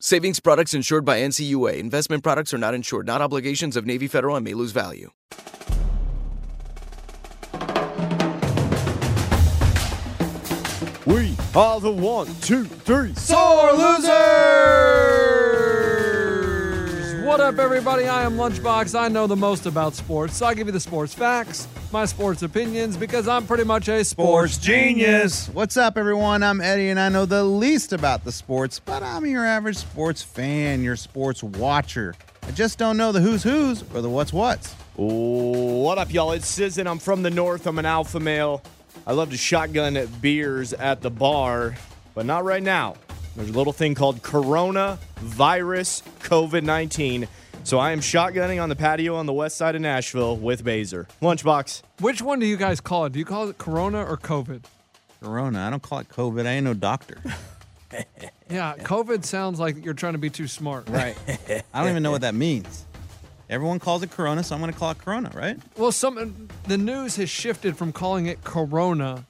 Savings products insured by NCUA. Investment products are not insured, not obligations of Navy Federal and may lose value. We are the one, two, three. Sore losers! What up, everybody? I am Lunchbox. I know the most about sports, so I give you the sports facts, my sports opinions, because I'm pretty much a sports, genius. What's up, everyone? I'm Eddie, and I know the least about the sports, but I'm your average sports fan, your sports watcher. I just don't know the who's who's or the what's what's. What up, y'all? It's Sizzin. I'm from the north. I'm an alpha male. I love to shotgun beers at the bar, but not right now. There's a little thing called coronavirus COVID 19. So I am shotgunning on the patio on the west side of Nashville with Baser. Lunchbox. Which one do you guys call it? Do you call it Corona or COVID? Corona. I don't call it COVID. I ain't no doctor. Yeah, COVID sounds like you're trying to be too smart. Right. I don't even know what that means. Everyone calls it Corona, so I'm going to call it Corona, right? Well, some the news has shifted from calling it Corona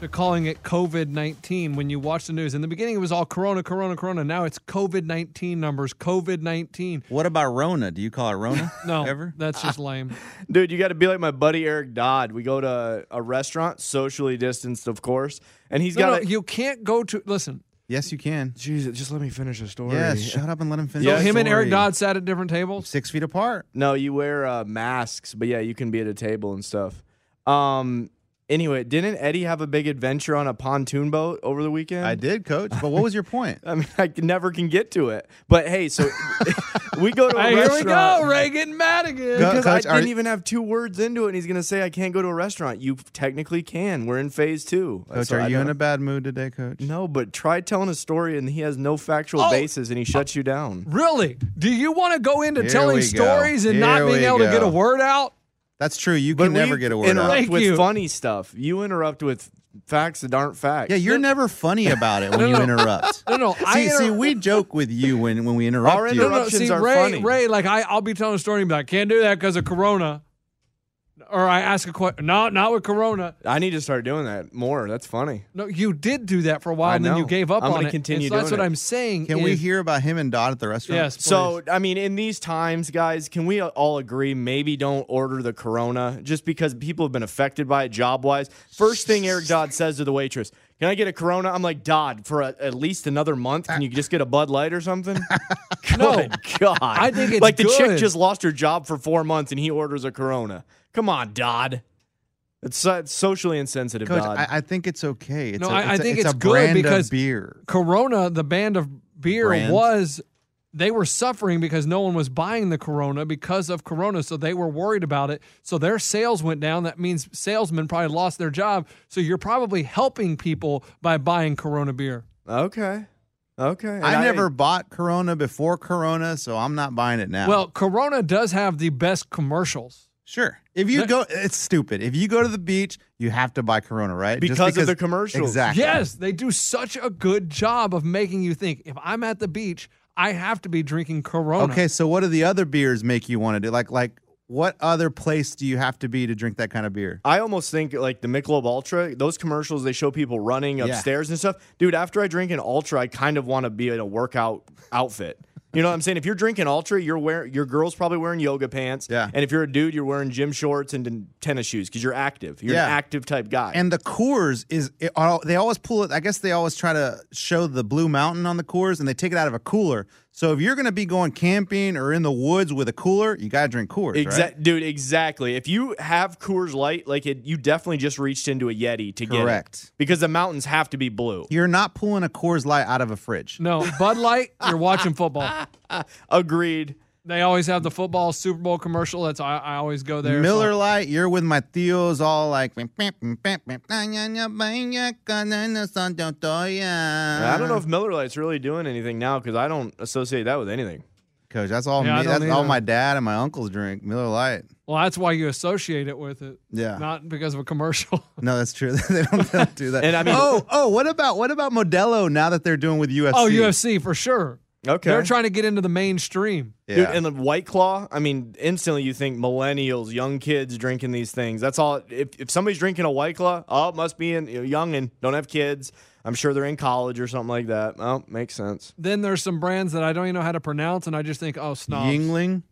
to calling it COVID nineteen. When you watch the news, in the beginning it was all Corona, Corona, Corona. Now it's COVID nineteen numbers. COVID nineteen. What about Rona? Do you call it Rona? No, Ever? that's just lame. Dude, you got to be like my buddy Eric Dodd. We go to a restaurant, socially distanced, of course, and he's No, no, got a you can't go to listen. Yes, you can. Jesus, just let me finish the story. Yes, shut up and let him finish. So the Him and Eric story. Dodd sat at different tables. Six feet apart. No, you wear uh, masks, but yeah, you can be at a table and stuff. Um. Anyway, didn't Eddie have a big adventure on a pontoon boat over the weekend? I did, coach. But what was your point? I mean, I can- never can get to it. But hey, so we go to a Hey, here we restaurant. go, Reagan Madigan. Go- Because Coach, I are- didn't even have two words into it, and he's gonna say I can't go to a restaurant. You technically can. We're in phase two. coach, So I are you in don't- a bad mood today, coach? No, but try telling a story, and he has no factual Oh. basis, and he shuts you down. Really? Do you want to go into Here telling we go. stories and not Here being we able to go. get a word out? That's true. You But can never we get a word out. interrupt Thank with you. funny stuff. You interrupt with facts that aren't facts. Yeah, you're never funny about it when you no. interrupt. No, no, See, I inter- see, we joke with you when, when we interrupt Our you. No, no. Interruptions See, are Ray, funny. Ray, like I, I'll be telling a story and be like, "Can't do that because of Corona," or I ask a question. No, not with Corona. I need to start doing that more. That's funny. No, you did do that for a while, I and then you know. gave up I'm on gonna it. continue And so that's doing what it. I'm saying. Can we is- hear about him and Dodd at the restaurant? Yes. So, please. I mean, in these times, guys, can we all agree maybe don't order the Corona just because people have been affected by it job wise? First thing Eric Dodd says to the waitress, Can I get a Corona? I'm like, Dodd, for a, at least another month, can you just get a Bud Light or something? no, Good God. I think it's like the good. chick just lost her job for four months and he orders a Corona. Come on, Dodd. It's, so- it's socially insensitive, Coach, Dodd. I, I think it's okay. It's No, a, I- I it's a- think it's, it's a good brand because- of beer. Corona, the band of beer, Brand. was they were suffering because no one was buying the Corona because of Corona, so they were worried about it. So their sales went down. That means salesmen probably lost their job. So you're probably helping people by buying Corona beer. okay. Okay. And I, never bought Corona before Corona, so I'm not buying it now. Well, Corona does have the best commercials. sure. If you No- go, it's stupid. If you go to the beach, you have to buy Corona, right? Just Because of the commercials. Exactly. Yes, they do such a good job of making you think if I'm at the beach, I have to be drinking Corona. Okay, so what do the other beers make you want to do? Like, like what other place do you have to be to drink that kind of beer? I almost think like the Michelob Ultra, those commercials they show people running upstairs and stuff. Dude, after I drink an Ultra, I kind of want to be in a workout outfit. You know what I'm saying? If you're drinking Ultra, you're wearing your girl's probably wearing yoga pants. Yeah. And if you're a dude, you're wearing gym shorts and then tennis shoes because you're active. You're an Yeah. active type guy. And the Coors is it, all- they always pull it. I guess they always try to show the Blue Mountain on the Coors, and they take it out of a cooler. So if you're going to be going camping or in the woods with a cooler, you got to drink Coors. right? Exact, dude. Exactly. If you have Coors Light, like it, you definitely just reached into a Yeti to get it Correct. because the mountains have to be blue. You're not pulling a Coors Light out of a fridge. No, Bud Light, you're watching football. Agreed. They always have the football Super Bowl commercial. That's I, I always go there. so- Miller Light, you're with my Theos, all like. I I don't know if Miller Lite's really doing anything now because I don't associate that with anything. Coach, that's all. Yeah, I me, don't that's all either. my dad and my uncles drink Miller Light. Well, that's why you associate it with it. Yeah. Not because of a commercial. No, that's true. they, don't, they don't do that. And I mean- oh, oh, what about what about Modelo? Now that they're doing with UFC. oh, UFC for sure. Okay. They're trying to get into the mainstream. Yeah. Dude, and the White Claw, I mean, instantly you think millennials, young kids drinking these things. That's all. If, if somebody's drinking a White Claw, oh, it must be in, young and don't have kids. I'm sure they're in college or something like that. Oh, makes sense. Then there's some brands that I don't even know how to pronounce, and I just think, oh, snobs. Yingling,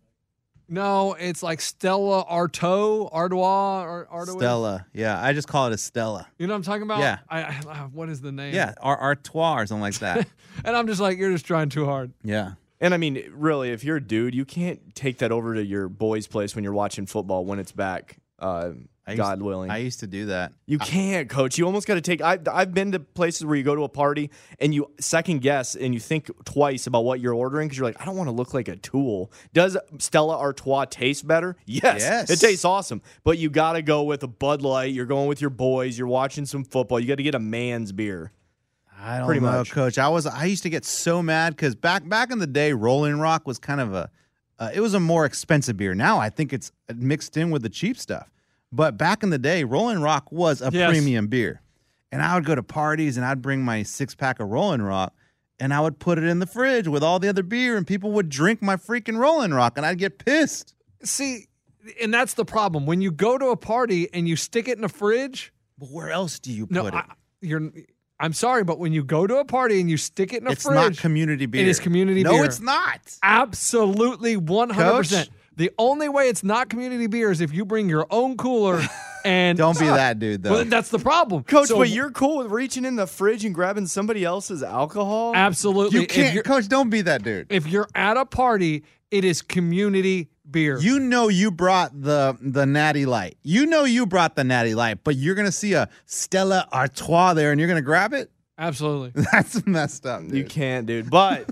No, it's like Stella Artois, Artois, or Artois. Stella. Yeah, I just call it a Stella. You know what I'm talking about? Yeah. I, I, ah, what is the name? Yeah, or Artois or something like that. And I'm just like, you're just trying too hard. yeah. And I mean, really, if you're a dude, you can't take that over to your boy's place when you're watching football when it's back. Uh, I used- God willing, I used to do that. you can't, coach. You almost got to take. I, I've been to places where you go to a party and you second guess and you think twice about what you're ordering because you're like, I don't want to look like a tool. Does Stella Artois taste better? Yes, Yes. it tastes awesome. But you got to go with a Bud Light. You're going with your boys. You're watching some football. You got to get a man's beer. I don't Pretty know, much. Coach. I was I used to get so mad because back back in the day, Rolling Rock was kind of a uh, it was a more expensive beer. Now I think it's uh, mixed in with the cheap stuff. But back in the day, Rolling Rock was a Yes. premium beer, and I would go to parties and I'd bring my six pack of Rolling Rock. And I would put it in the fridge with all the other beer, and people would drink my freaking Rolling Rock, and I'd get pissed. See, and that's the problem. When you go to a party and you stick it in a fridge, But where else do you put no, it? I, you're. I'm sorry, but when you go to a party and you stick it in a it's fridge, not community beer. is community no, beer. it's not. Absolutely, one hundred percent. The only way it's not community beer is if you bring your own cooler and Don't be that dude, though. Well, that's the problem, Coach, So- but you're cool with reaching in the fridge and grabbing somebody else's alcohol? absolutely. you if can't, you're, Coach. Don't be that dude. if you're at a party, it is community beer. You know you brought the the natty light. You know you brought the natty light, but you're gonna see a Stella Artois there, and you're gonna grab it. absolutely. That's messed up. Dude. You can't, dude. But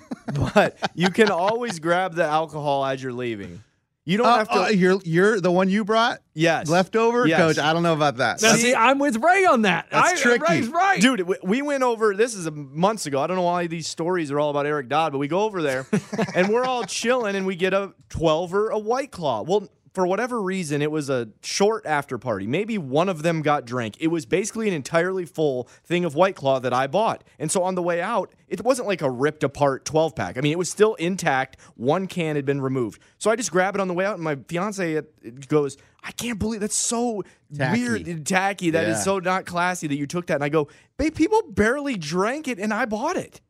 but you can always grab the alcohol as you're leaving. You don't Oh, have to. oh, you're you're the one you brought. yes, Leftover, Yes. coach. I don't know about that. Now, see, I'm with Ray on that. That's I, tricky. Ray's right. Dude, we- we went over this is a months ago. I don't know why these stories are all about Eric Dodd, but we go over there and we're all chilling and we get a 12 or a white claw. Well, for whatever reason, it was a short after party. Maybe one of them got drank. It was basically an entirely full thing of white claw that I bought. And so on the way out, it wasn't like a ripped apart 12 pack. I mean, it was still intact. One can had been removed. So I just grab it on the way out and my fiance uh, goes, "I can't believe that's so Tacky. weird and tacky. That is Yeah. so so not classy that you took that. And I go, babe, people barely drank it and I bought it.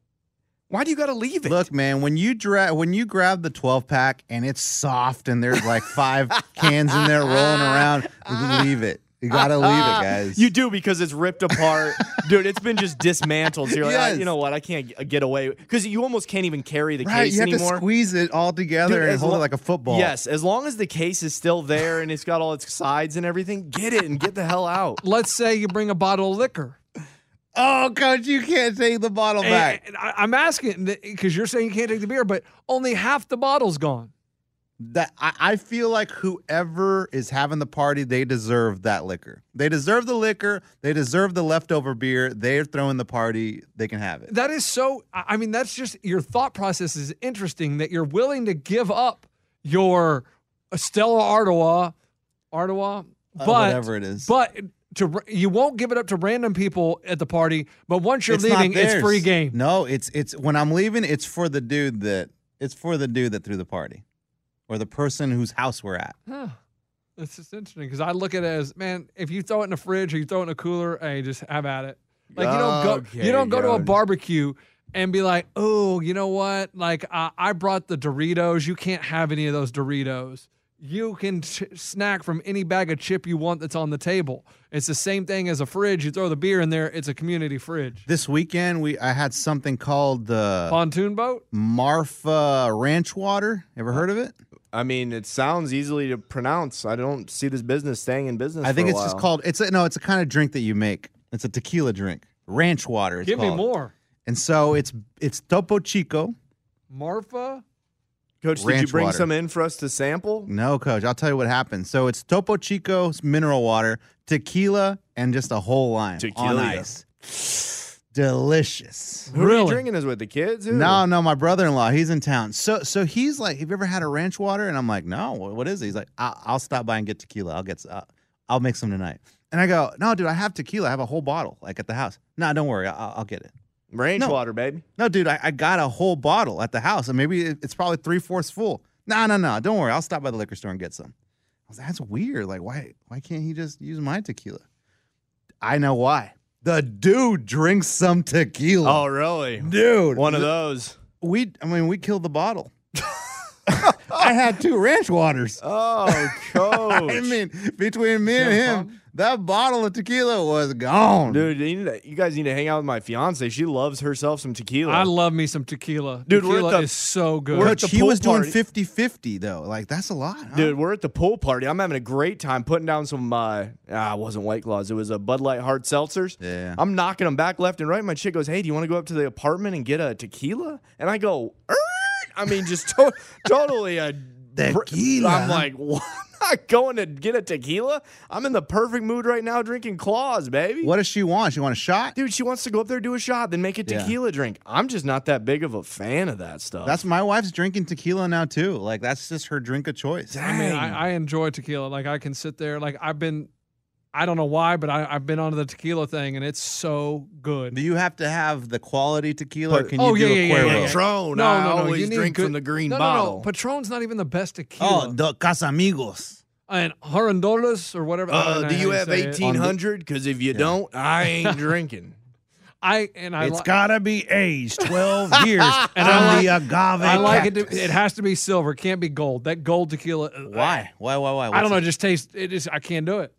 Why do you got to leave it? Look, man, when you dra- when you grab the 12 pack and it's soft and there's like five cans in there rolling around, leave it. You gotta leave it, guys. you do because it's ripped apart. Dude, it's been just dismantled. So you're like, "Ah, Yes. you know what? I can't g- get away. Because you almost can't even carry the right? case You have anymore. to squeeze it all together Dude, and as hold lo- it like a football. Yes, as long as the case is still there and it's got all its sides and everything, get it and get the hell out. Let's say you bring a bottle of liquor. Oh, coach, you can't take the bottle back. And- and I, am asking because you're saying you can't take the beer, but only half the bottle's gone. that I, I feel like whoever is having the party, they deserve that liquor. They deserve the liquor. They deserve the leftover beer. They're throwing the party. They can have it. That is so. I I mean, that's just your thought process is interesting that you're willing to give up your Stella Artois, Artois, but Uh, whatever it is. But to r- you won't give it up to random people at the party. But once you're It's not leaving, it's theirs. free game. No, it's it's when I'm leaving, it's for the dude that It's for the dude that threw the party, or the person whose house we're at. Huh. It's just interesting because I look at it as, man, if you throw it in a fridge or you throw it in a cooler, hey, just have at it. Like you don't go, Okay, you don't go to a good. barbecue and be like, oh, you know what? Like I I brought the Doritos. You can't have any of those Doritos. You can ch- snack from any bag of chip you want that's on the table. It's the same thing as a fridge. You throw the beer in there. It's a community fridge. This weekend, we I had something called uh, the Pontoon boat. Marfa Ranch Water. Ever heard of it? I mean, it sounds easily to pronounce. I don't see this business staying in business. I think for a it's just while. called. It's a, no, it's a kind of drink that you make. It's a tequila drink, ranch water. It's Give me called. more, And so it's it's Topo Chico. Marfa. Coach, did you ranch bring water. some in for us to sample? No, coach, I'll tell you what happened. So it's Topo Chico's mineral water, tequila, and just a whole line on Tequila. ice. Delicious. Who are you Really? drinking this with? The kids? Who? No, no, my brother-in-law, he's in town. So, so he's like, "Have you ever had a ranch water?" And I'm like, "No, wh- what is it?" He's like, I- "I'll stop by and get tequila. I'll get, s- I'll- I'll make some tonight." And I go, "No, dude, I have tequila. I have a whole bottle, like at the house. No, don't worry, I- I'll, I'll get it." Ranch No. water, baby. No, dude, I, I got a whole bottle at the house, and maybe it- it's probably three fourths full. No, no, no, don't worry. I'll stop by the liquor store and get some. I was like, That's weird. Like, why, why can't he just use my tequila? I know why. The dude drinks some tequila. Oh, really? dude, One of those. we I mean we killed the bottle. I had two ranch waters. Oh, coach. I mean, between me and Sam him, that bottle of tequila was gone. Dude, you, need to- you guys need to hang out with my fiance. She loves herself some tequila. I love me some tequila. Dude, we're at tequila the- is so good. we're at Coach, the he pool was doing party. 50-50 though. Like that's a lot. Huh? Dude, we're at the pool party. I'm having a great time putting down some. Uh, ah, it wasn't White Claws. It was a Bud Light hard seltzers. Yeah. I'm knocking them back left and right. My chick goes, "Hey, do you want to go up to the apartment and get a tequila?" And I go, "Er." I mean, just to- totally a Tequila. I'm like, what? I'm not going to get a tequila. I'm in the perfect mood right now, drinking claws, baby. What does she want? She want a shot? Dude, she wants to go up there, do a shot, then make a Yeah. tequila drink. I'm just not that big of a fan of that Oh. stuff. That's my wife's drinking tequila now too. Like that's just her drink of choice. I mean, I, I enjoy tequila. Like I can sit there. Like I've been, I don't know why, but I, I've been onto the tequila thing, and it's so good. Do you have to have the quality tequila? or But- can oh you yeah, do yeah, a yeah, Cuervo? yeah, yeah. No, Patron, no, I no. you always need drink good, from the green no, No, bottle. no. Patron's not even the best tequila. Oh, the Casamigos. and Horandolas or whatever. I don't know Uh, do how you have say it. 1800? Because if you don't, I ain't drinking. I and I. It's li- gotta be aged 12 years And and I on uh, the agave. I like it. To, cactus. it has to be silver. It can't be gold. That gold tequila. uh, Why? Why? Why? Why? I don't know. What's It just tastes. It just. I can't do it.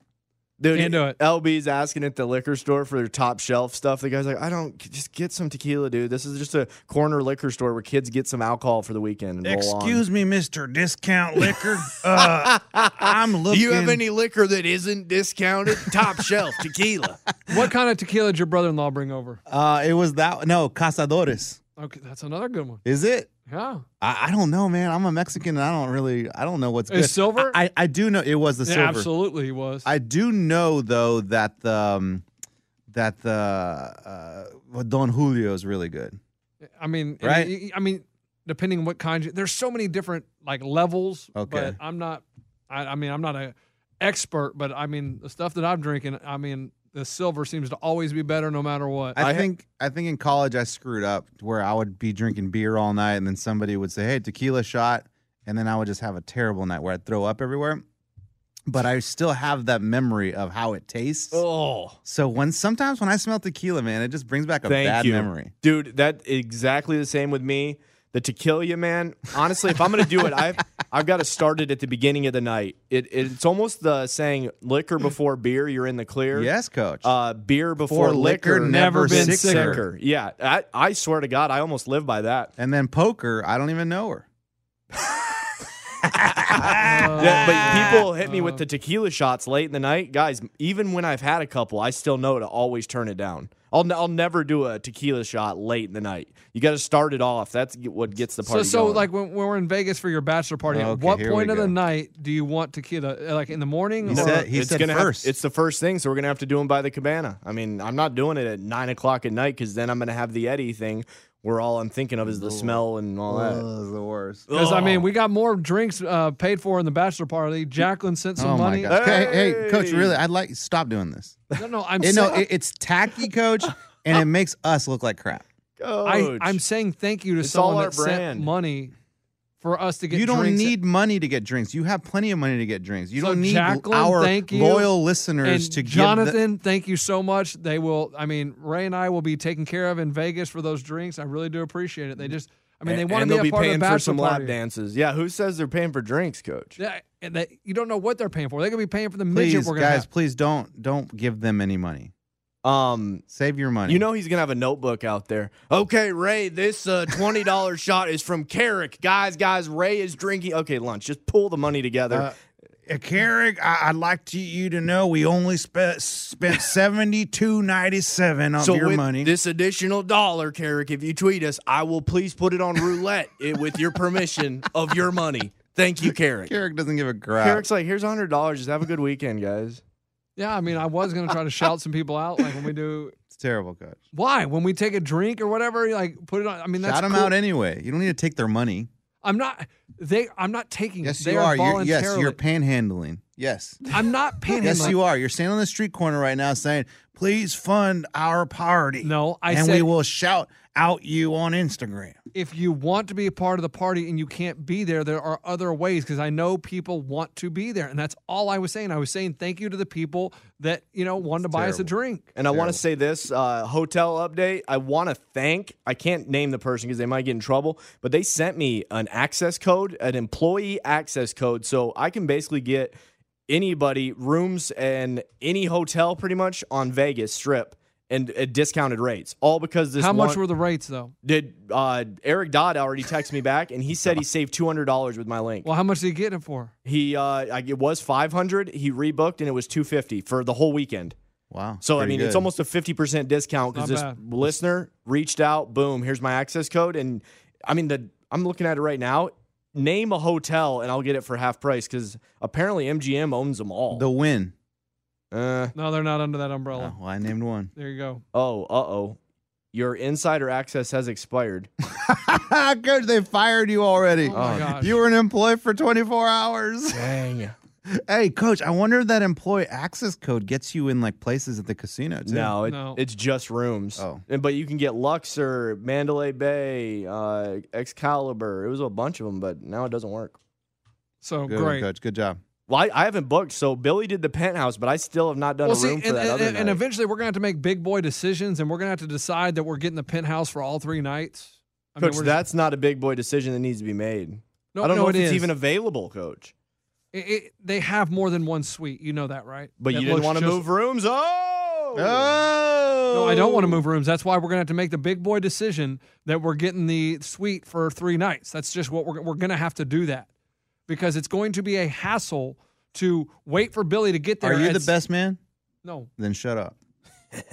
Dude, Can't do it. LB's asking at the liquor store for their top shelf stuff. The guy's like, I don't, just get some tequila, dude. This is just a corner liquor store where kids get some alcohol for the weekend. And it? roll on." Excuse me, Mister Discount Liquor. uh, I'm looking. Do you have any liquor that isn't discounted? top shelf tequila. What kind of tequila did your brother-in-law bring over? Uh, it was that. No, Casadores. Okay, that's another good one. Is it? Yeah. I, I don't know, man. I'm a Mexican, and I don't really. I don't know what's Is good. silver? I, I, I do know it was the Yeah, silver. absolutely, he was. I do know though that the um, that the uh, Don Julio is really good. I mean, and Right? y- y- I mean, depending on what kind. You, there's so many different like levels. But Okay. I'm not. I, I mean, I'm not a expert, but I mean, the stuff that I'm drinking, I mean, the silver seems to always be better no matter what. I, I ha- think I think in college I screwed up to where I would be drinking beer all night and then somebody would say, "Hey, tequila shot," and then I would just have a terrible night where I'd throw up everywhere. But I still have that memory of how it tastes. oh. So when sometimes when I smell tequila, man, it just brings back a Thank bad you. memory. Dude, that exactly the same with me. The tequila, man. Honestly, if I'm gonna do it, I've I've got to start it at the beginning of the night. It it's almost the saying liquor before beer, you're in the clear. Yes, coach. Uh, beer Before before, liquor, liquor, never been sicker. Yeah, I, I swear to God, I almost live by that. and then poker, I don't even know her. Uh, Ah. Yeah, but people hit me with the tequila shots late in the night, guys. Even when I've had a couple, I still know to always turn it down. I'll, n- I'll never do a tequila shot late in the night. You got to start it off. That's what gets the so, party. so going. like when, when we're in Vegas for your bachelor party, at Okay, what here point we of the go. night do you want tequila? Uh, Like in the morning? He or- said- he said gonna first. Have, it's the first thing, so we're gonna have to do them by the cabana. I mean, I'm not doing it at nine o'clock at night because then I'm gonna have the Eddie thing, where all I'm thinking of is the smell and all Oh, that. Ugh, it's Oh, the worst. Because I mean, we got more drinks uh, paid for in the bachelor party. Jacqueline sent some oh money. my gosh. Hey. hey, coach, really, I'd like stop doing this. No, no, I'm It- no, saying, it- it's tacky, coach, and it makes us look like crap. Coach. I, I'm saying thank you to It's all someone our that brand. sent money for us to get. you don't drinks at- need money to get drinks. You have plenty of money to get drinks. You So, don't need Jacqueline, our thank you. loyal listeners and to give the- Jonathan, thank you so much. They will. I mean, Ray and I will be taken care of in Vegas for those drinks. I really do appreciate it. They just. I mean, they And- want and to they'll be be a part of paying the for bachelor some party. lap dances. Yeah, who says they're paying for drinks, coach? Yeah, and they, you don't know what they're paying for. They're gonna be paying for the midget Please, we're gonna guys, have. please don't don't give them any money. Um, Save your money. You know he's gonna have a notebook out there. Okay, Ray, this uh, twenty dollars shot is from Carrick. Guys, guys, Ray is drinking. Okay, lunch. Just pull the money together. Uh, Uh, Carrick, I, I'd like to, you to know we only spent spent seventy two ninety seven of so your with money. this additional dollar, Carrick, if you tweet us, I will please put it on roulette it, with your permission of your money. Thank you, Carrick. Carrick doesn't give a crap. Carrick's like, here's hundred dollars. Just have a good weekend, guys. Yeah, I mean, I was gonna try to shout some people out, like when we do. it's terrible, coach. Why when we take a drink or whatever, like put it on. I mean, that's Shout them cool. out anyway. You don't need to take their money. I'm not. They. I'm not taking. Yes, they you are. You're- voluntarily. yes, you're panhandling. Yes. I'm not panhandling. Yes, you are. You're standing on the street corner right now saying, please fund our party. No, I And we said- will shout out you on Instagram. if you want to be a part of the party and you can't be there, there are other ways because I know people want to be there. And that's all I was saying. I was saying thank you to the people that, you know, wanted to buy us a drink. And I want to say this uh, hotel update. I want to thank, I can't name the person because they might get in trouble, but they sent me an access code, an employee access code. So I can basically get anybody rooms and any hotel pretty much on Vegas Strip and at discounted rates, all because this How much one- were the rates though? did uh, Eric Dodd already text me back and he said he saved $200 with my link. Well, how much did you get it for? He uh, I- it was 500, he rebooked and it was 250 for the whole weekend. Wow. So I pretty mean, it's good. almost a fifty percent discount because Not this bad. listener reached out. Boom, here's my access code, and I mean, the I'm looking at it right now. Name a hotel, and I'll get it for half price because apparently MGM owns them all. the win. uh, No, they're not under that umbrella. Oh, well, I named one. There you go. oh, uh oh, your insider access has expired. Coach, they fired you already. Oh my gosh. You were an employee for 24 hours. Dang. hey, Coach, I wonder if that employee access code gets you in like places at the casino too. No, it, No. it's just rooms. Oh. And- but you can get Luxor, Mandalay Bay, uh, Excalibur. It was a bunch of them, but now it doesn't work. So Good one, Oh, great. Coach. Good job. Well, I, I haven't booked, so Billy did the penthouse, but I still have not done Well, a see, room and, for that and, other and night. eventually we're going to have to make big boy decisions and we're going to have to decide that we're getting the penthouse for all three nights. I mean, Coach, we're just- that's not a big boy decision that needs to be made. no, I don't no, know if it it's is. even available, Coach. It- it- they have more than one suite. You know that, right? But That you didn't looks want to just- Ah! move rooms. Oh, Oh. No, I don't want to move rooms. That's why we're gonna have to make the big boy decision that we're getting the suite for three nights. That's just what we're we're gonna have to do that because it's going to be a hassle to wait for Billy to get there. Are you the It's- best man? No, Then shut up.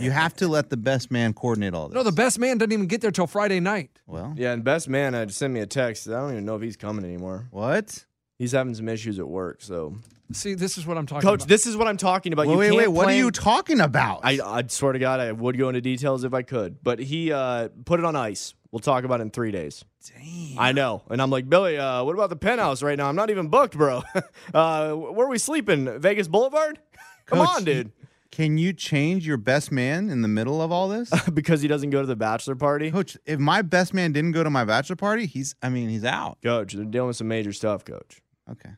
You have to let the best man coordinate all this. no, the best man doesn't even get there till Friday night. Well, Yeah, and best man had sent me a text. I don't even know if he's coming anymore. what? He's having some issues at work. So, See, this is what I'm talking Coach, about. this is what I'm talking about. wait, you wait, can't wait. What are plan- you talking about? I, uh, I swear to God, I would go into details if I could, but he uh, put it on ice. We'll talk about it in three days. Damn. I know. And I'm like, Billy, uh, what about the penthouse right now? I'm not even booked, bro. uh, where are we sleeping? Vegas Boulevard? Come Coach, on, you- dude. Can you change your best man in the middle of all this? because he doesn't go to the bachelor party. Coach, if my best man didn't go to my bachelor party, he's, I mean, he's out. Coach, they're dealing with some major stuff, coach. Okay.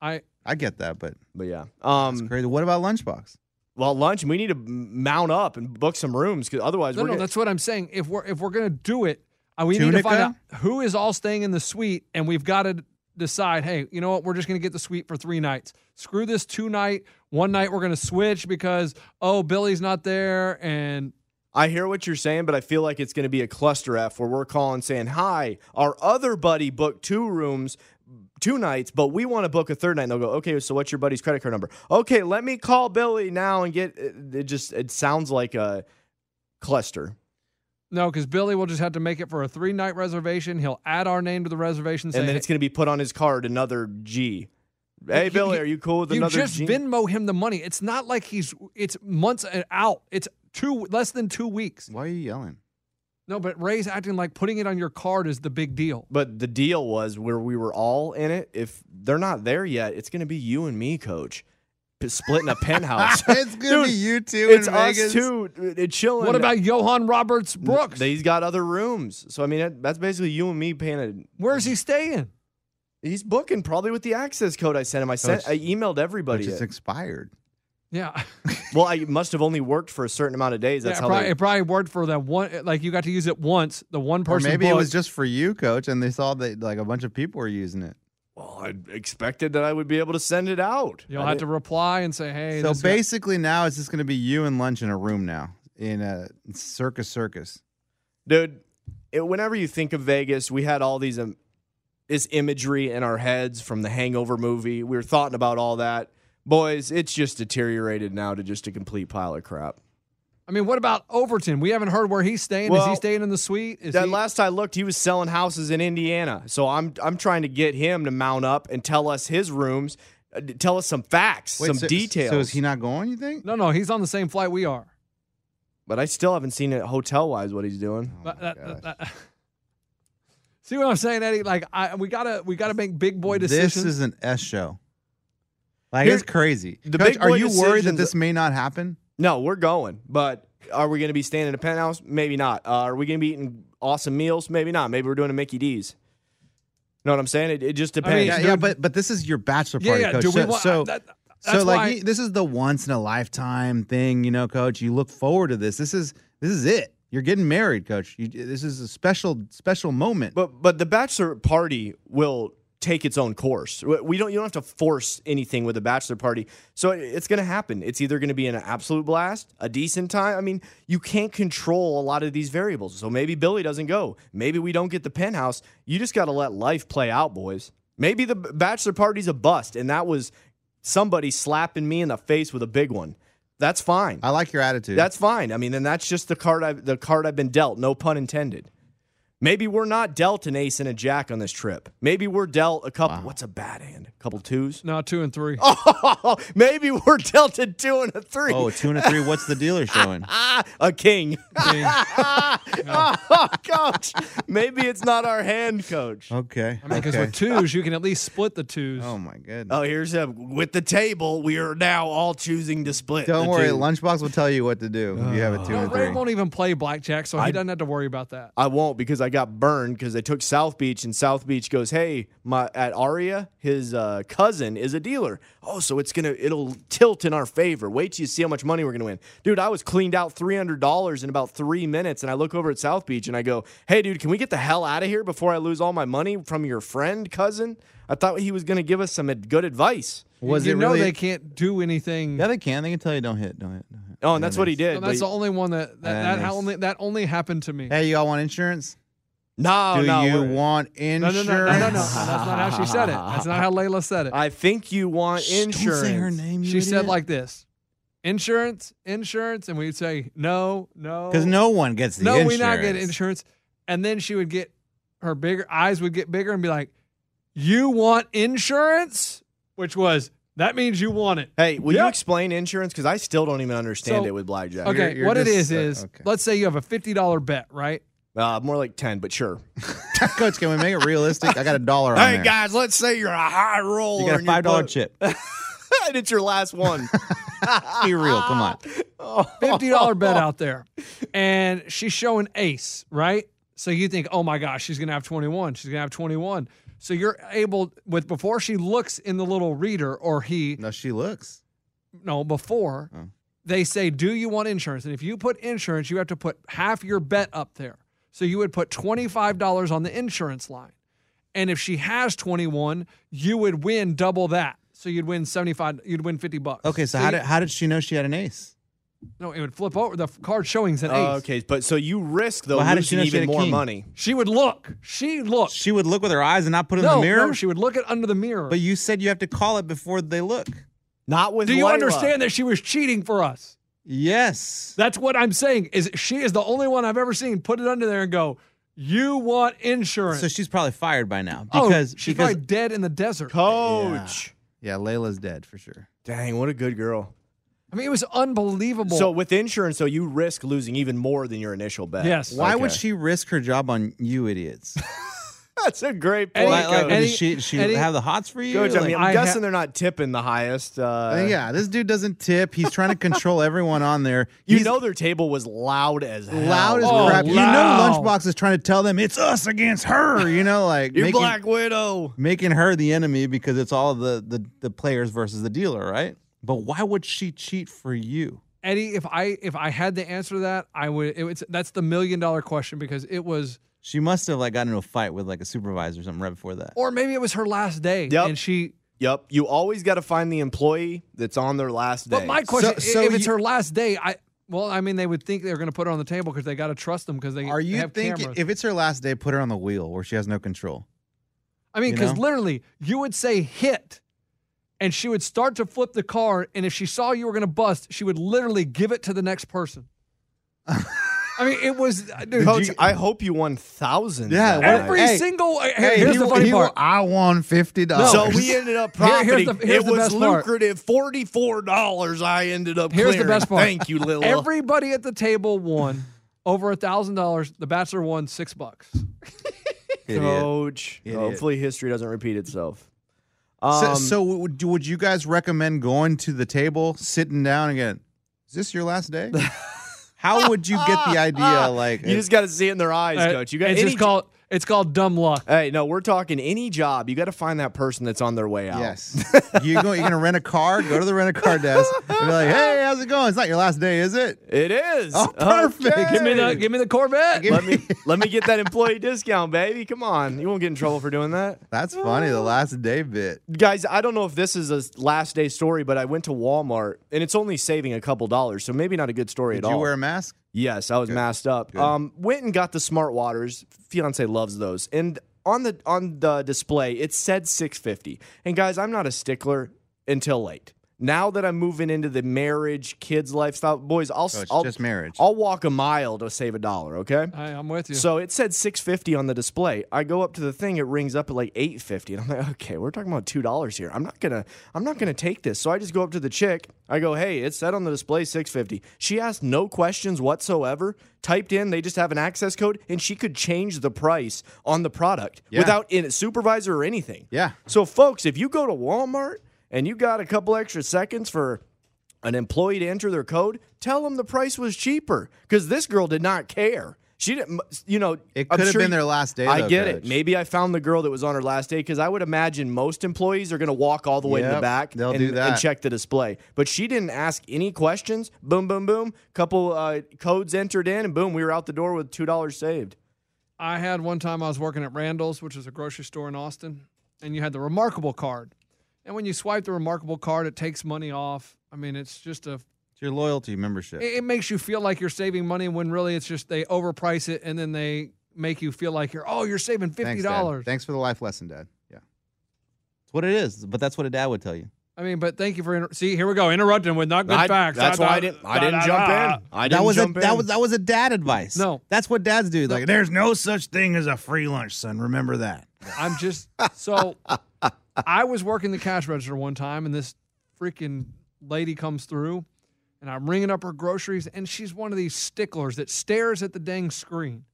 I I get that, but But yeah, it's um, crazy. What about Lunchbox? well, lunch we need to m- mount up and book some rooms because otherwise no, we're no, gonna, that's what I'm saying. If we're if we're gonna do it, uh, we need to Tunica? find out who is all staying in the suite, and we've got to decide. Hey, you know what? We're just gonna get the suite for three nights. Screw this two night. One night we're gonna switch because oh Billy's not there, and I hear what you're saying, but I feel like it's going to be a cluster F where we're calling saying, "Hi, our other buddy booked two rooms." Two nights, but we want to book a third night. And they'll go, okay. So what's your buddy's credit card number? Okay, let me call Billy now and get. uh, It it just it sounds like a cluster. no, because Billy will just have to make it for a three night reservation. He'll add our name to the reservation, saying, and then it's going to be put on his card another G. Hey, You- Billy, are you cool with you another just G? Venmo him the money. It's not like he's. It's months uh, out. It's two less than two weeks. Why are you yelling? No, but Ray's acting like putting it on your card is the big deal. But the deal was where we were all in it. If they're not there yet, it's going to be you and me, coach, p- splitting a penthouse. It's gonna be Oh. Dude, you two It's in us Vegas. two. It's chilling. What about Johan Roberts Brooks? He's got other rooms, so I mean that- that's basically you and me paying. A, Where's he staying? He's booking probably with the access code I Oh, sent him. I sent, I it's- emailed everybody. Which is it. expired. Yeah. well, I must have only worked for a certain amount of days. That's yeah, how. it, probably, they, it probably worked for that one. Like you got to use it once. The one Or person. maybe it was booked. just for you, coach, and they saw that like a bunch of people were using it. well, I expected that I would be able to send it out. You'll I have didn't- to reply and say, "Hey." so this guy- basically, now it's just going to be you and lunch in a room now in a circus circus. dude it, whenever you think of vegas we had all these um, this imagery in our heads from the hangover movie we were thoughting about all that boys it's just deteriorated now to just a complete pile of crap I mean, what about Overton? We haven't heard where he's staying. Is he Well, staying in the suite? Is that he, last i looked he was selling houses in indiana so i'm i'm trying to get him to mount up and tell us his rooms uh, d- tell us some facts Wait, some so- details So is he not going? You think? No, no, he's on the same flight we are. Oh but i still haven't seen it hotel wise what he's doing But that- that- that- see what I'm saying, Eddie? Like, I, we gotta we gotta make big boy decisions. This is an S show. Like Here- it's crazy. the Coach, big are boy you worried that decisions- this may not happen? No, we're going, but are we going to be staying in a penthouse? Maybe not. Uh, are we going to be eating awesome meals? Maybe not. Maybe we're doing a Mickey D's. Know what I'm saying? It, it just depends. mean, Yeah, dude. yeah, but but this is your bachelor yeah, party, yeah. coach. Do so, we want uh, so, that- so, that's like why- you- this is the once in a lifetime thing, you know, coach. You look forward to this. This is this is it. You're getting married, coach. You, this is a special special moment. But but the bachelor party will take its own course. We we don't you don't have to force anything with a bachelor party. So it- it's going to happen. It's either going to be an absolute blast, a decent time. I mean, you can't control a lot of these variables. So maybe Billy doesn't go. Maybe we don't get the penthouse. You just got to let life play out, boys. Maybe the b- bachelor party's a bust and that was somebody slapping me in the face with a big one. That's fine. I like your attitude. That's fine. I mean, then that's just the card I've the card I've been dealt. No pun intended. Maybe we're not dealt an ace and a jack on this trip. Maybe we're dealt a couple. What's a bad hand? A couple twos. Oh, no two and three. Maybe we're dealt a two and a three. oh, a two and a three. What's the dealer showing? Ah, a king. King. oh, coach. Maybe it's not our hand, coach. Okay. I mean, because okay. with twos, you can at least split the twos. Oh my goodness. Oh, here's a with the table. We are now all choosing to split. Don't the worry, two. lunchbox will tell you what to do. if you have a two No, and Ray three. won't even play blackjack, so he doesn't have to worry about that. I won't because I got burned because they took South Beach and South Beach goes, hey, my at Aria, his uh, cousin is a dealer. Oh, so it's gonna it'll tilt in our favor. Wait till you see how much money we're gonna win, dude. I was cleaned out three hundred dollars in about three minutes, and I look over at South Beach and I go, hey, dude, can we get the hell out of here before I lose all my money from your friend cousin? I thought he was gonna give us some ad- good advice. Was you it know really? they can't do anything. yeah, they can. They can tell you don't hit. Don't hit. Don't hit. Oh, and that's what he did. No, that's but- the only one that that, that And how there's- only that only happened to me. Hey, you all want insurance? no, do no, you we're- want no, insurance? no, no, no, no, no, no. That's not how she said it. That's not how Layla said it. I think you want insurance. Don't say her name. she said like this: insurance, insurance, and we'd say no, no, because no one gets the no, insurance. we not get insurance. And then she would get her bigger eyes would get bigger and be like, "You want insurance?" Which was that means you want it. Hey, will you Yep. explain insurance? Because I still don't even understand So- it with blackjack. Okay, you're what it just- is is uh, okay. let's say you have a fifty dollar bet, right? Uh, more like 10, but sure. Coach, can we make it realistic? I got a dollar on there. guys, let's say you're a high roller. you got a and you're five dollar put- chip. and it's your last one. Be real. Come on. fifty dollar bet out there, and she's showing ace, right? So you think, oh my gosh, she's gonna have twenty one. She's gonna have twenty one. So you're able with before she looks in the little reader or he No, she looks. no before they say, do you want insurance? And if you put insurance, you have to put half your bet up there. So you would put twenty five dollars on the insurance line, and if she has twenty one, you would win double that. So you'd win seventy five. You'd win fifty bucks. Okay, so, how you- did how did she know she had an ace? no? It would flip over. The card showing's an ace. Oh, okay, but so you risk, though, Well, how did she losing know she even had a more king? money. She would look. She looked. She would look with her eyes and not put it no, in the mirror. no, she would look at under the mirror. but you said you have to call it before they look. Not with Do you Layla. understand that she was cheating for us? Yes. That's what I'm saying. Is she is the only one I've ever seen put it under there and go, "You want insurance?" So she's probably fired by now Oh, because she's because probably dead in the desert. Coach. yeah, Layla's dead for sure. Dang, what a good girl. I mean, it was unbelievable. So with insurance, though, you risk losing even more than your initial bet. yes, Why would Okay. she risk her job on you idiots? That's a great Any- point. Like, like, Coach. any- does she, she Eddie- have the hots for you? Coach, I Like- mean, I'm I ha- guessing they're not tipping the highest. Uh, Uh, yeah, this dude doesn't tip. He's trying to control everyone on there. You He's know their table was loud as hell. loud as Oh, crap. You know, loud. Lunchbox is trying to tell them it's us against her. You know, like You're making, Black Widow. making her the enemy because it's all the, the the players versus the dealer, right? But why would she cheat for you? Eddie, if I if I had the answer to that, I would. It, it's that's the million dollar question because it was, She must have like gotten into a fight with like a supervisor or something right before that. or maybe it was her last day, Yep. and she. Yep. You always got to find the employee that's on their last day. But my question, So- so if it's you- her last day, I well, I mean, they would think they're going to put her on the table because they got to trust them because they Are they you have thinking cameras. if it's her last day, put her on the wheel where she has no control? I mean, you because know? literally, you would say hit, and she would start to flip the car, and if she saw you were going to bust, she would literally give it to the next person. I mean, it was uh, dude, Coach, you- I hope you won thousands. Yeah, that what- night. every Hey, single. here- here's he the wa- funny he wa- part. I won fifty dollars. So we ended up Here- profiting. here's the- here's it the was best part. lucrative. Forty-four dollars. I ended up. Here's the clearing. best part. Thank you, Lil. Everybody at the table won over a thousand dollars. The bachelor won six bucks. Coach. Idiot. Hopefully, history doesn't repeat itself. So, Um, so would, would you guys recommend going to the table, sitting down again? Is this your last day? How would you get the idea? Like, you just got to see it in their eyes, Uh, Coach. You got it's any just called it's called dumb luck. Hey, no, we're talking any job. You got to find that person that's on their way out. yes, you go, you're gonna rent a car. Go to the rent a car desk and be like, "Hey, how's it going? It's not your last day, is it? It is. Oh, perfect. Okay. Give me the give me the Corvette. let me let me get that employee discount, baby. Come on. You won't get in trouble for doing that. Uh, That's funny. The last day bit. Guys, I don't know if this is a last day story, but I went to Walmart and it's only saving a couple dollars, so maybe not a good story Did at you all. wear a mask? Yes, I was masked up. Um, went and got the smart waters. Fiance loves those. And on the on the display, it said 650. And guys, I'm not a stickler until late. Now that I'm moving into the marriage, kids lifestyle, boys, I'll Oh, it's I'll, just marriage. I'll walk a mile to save a dollar. Okay. I, am with you. So it said 650 on the display. I go up to the thing, it rings up at like 850 and I'm like, "Okay, we're talking about $2 here. I'm not going to I'm not going to take this." So I just go up to the chick. I go, "Hey, it said on the display 650." She asked no questions whatsoever. Typed in, they just have an access code and she could change the price on the product Yeah. without in a supervisor or anything. Yeah. So folks, if you go to Walmart and you got a couple extra seconds for an employee to enter their code, tell them the price was cheaper because this girl did not care. She didn't, you know. It I'm could have sure been you- their last day, I though, get Coach. it. Maybe I found the girl that was on her last day because I would imagine most employees are going to walk all the way to Yep, the back they'll and, do that. and check the display. But she didn't ask any questions. Boom, boom, boom. Couple uh, codes entered in, and boom, we were out the door with two dollars saved. I had one time I was working at Randall's, which is a grocery store in Austin, and you had the remarkable card. And when you swipe the remarkable card, it takes money off. I mean, it's just a It's your loyalty membership. it, it makes you feel like you're saving money when really it's just they overprice it and then they make you feel like you're oh you're saving Thanks, fifty Dad. dollars. Thanks for the life lesson, Dad. Yeah, it's what it is. But that's what a dad would tell you. I mean, but thank you for inter- see here we go interrupting with not good I- facts. That's Da, why da, I didn't. I da, didn't da, jump da. in. I didn't That was a jump in. that was that was a dad advice. No. that's what dads do. Like, there's no such thing as a free lunch, son. Remember that. I'm just so I was working the cash register one time and this freaking lady comes through and I'm ringing up her groceries and she's one of these sticklers that stares at the dang screen.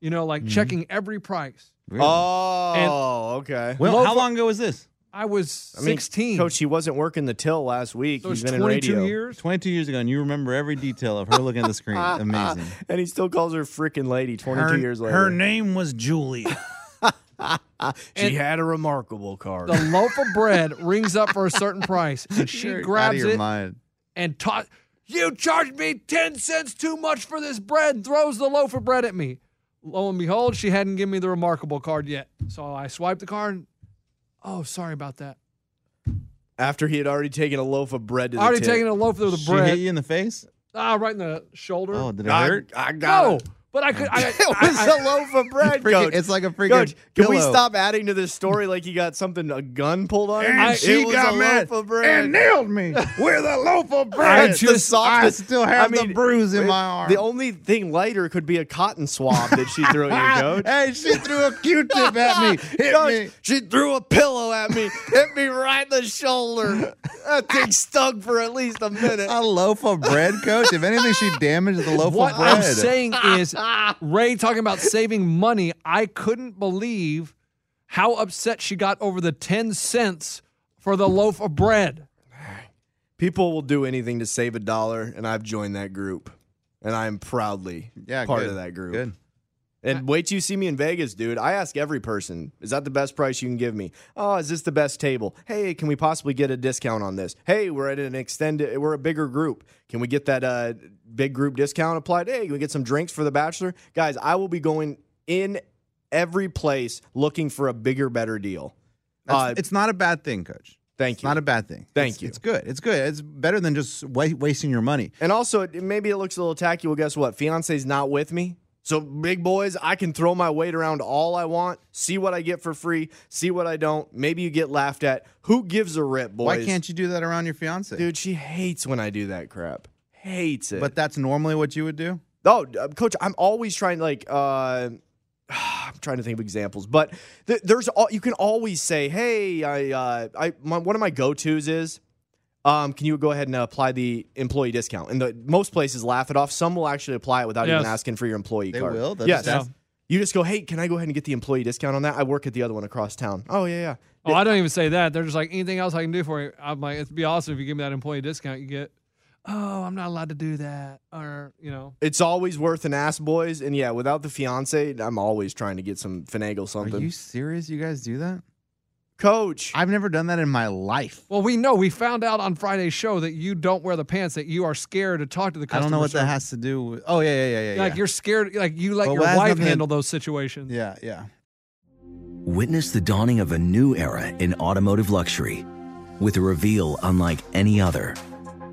You know, Mm-hmm. like checking every price. Oh, okay. Well, Low how fr- long ago was this? I was 16. Coach, he wasn't working the till last week. so He's it's been 22 in radio. years. 22 years ago, and you remember every detail of her looking at the screen. Amazing. And he still calls her freaking lady 22 years later. name was Julia. she had a remarkable card. The loaf of bread rings up for a certain price and she grabs it mind. and toss. You charged me 10 cents too much for this bread, and throws the loaf of bread at me. Lo and behold, she hadn't given me the remarkable card yet. So I swiped the card. and- Oh, sorry about that. After he had already taken a loaf of bread to the Already tip. taking a loaf of the She hit bread. you in the face? Ah, right in the shoulder. Oh, did it I, hurt? I got no, it. but I could. I, It was I, a loaf of bread, Freaking- Coach. it's like a freaking Coach, can we pillow. stop adding to this story like he got something, a gun pulled on him? I- It was a loaf of bread. nailed me with a loaf of I bread. just the softest. I still have the bruise in it- my arm. The only thing lighter could be a cotton swab that she threw at you, Coach. hey, she threw a Q-tip at me. Hit Coach, me. She threw a pillow at me, hit me right in the shoulder. That thing stung for at least a minute. A loaf of bread, Coach. If anything, she damaged the loaf what of bread. I'm saying is, Ray talking about saving money. I couldn't believe how upset she got over the 10 cents for the loaf of bread. People will do anything to save a dollar, and I've joined that group. And I am proudly Yeah, part good. of that group. Good. And wait till you see me in Vegas, dude. I ask every person, is that the best price you can give me? Oh, is this the best table? Hey, can we possibly get a discount on this? Hey, we're at an extended, we're a bigger group. Can we get that uh, big group discount applied? Hey, can we get some drinks for the bachelor? Guys, I will be going in every place looking for a bigger, better deal. That's- Uh, it's not a bad thing, Coach. Thank It's you. not a bad thing. Thank It's- you. It's good. It's good. It's better than just wa- wasting your money. And also, it, maybe it looks a little tacky. Well, guess what? Fiance's not with me. So, big boys, I can throw my weight around all I want, see what I get for free, see what I don't. Maybe you get laughed at. Who gives a rip, boys? Why can't you do that around your fiance? Dude, she hates when I do that crap. Hates it. But that's normally what you would do. Oh, uh, coach, I'm always trying like uh I'm trying to think of examples, but th- there's all you can always say, "Hey, I uh I my, one of my go-tos is um, can you go ahead and uh, apply the employee discount? And the most places laugh it off. Some will actually apply it without Yes. even asking for your employee They card. will? They'll yes. just ask- You just go, hey, can I go ahead and get the employee discount on that? I work at the other one across town. Oh yeah, yeah. Oh, I don't even say that. They're just like, anything else I can do for you? I'm like, it'd be awesome if you give me that employee discount you get. Oh, I'm not allowed to do that. Or, you know, It's always worth an ass, boys. And yeah, without the fiance, I'm always trying to get some finagle Are something. you serious? You guys do that? Coach, I've never done that in my life. well, we know we found out on Friday's show that you don't wear the pants, that you are scared to talk to the I customer. don't know what that service. has to do with. Oh yeah, yeah, yeah, yeah. Like, yeah. you're scared, like, you let But what your has wife nothing to- handle those situations. yeah, yeah. Witness the dawning of a new era in automotive luxury with a reveal unlike any other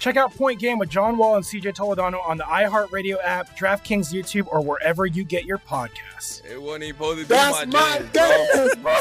Check out Point Game with John Wall and CJ Toledano on the iHeartRadio app, DraftKings YouTube, or wherever you get your podcasts. It wasn't even supposed to be That's my, my dance, bro.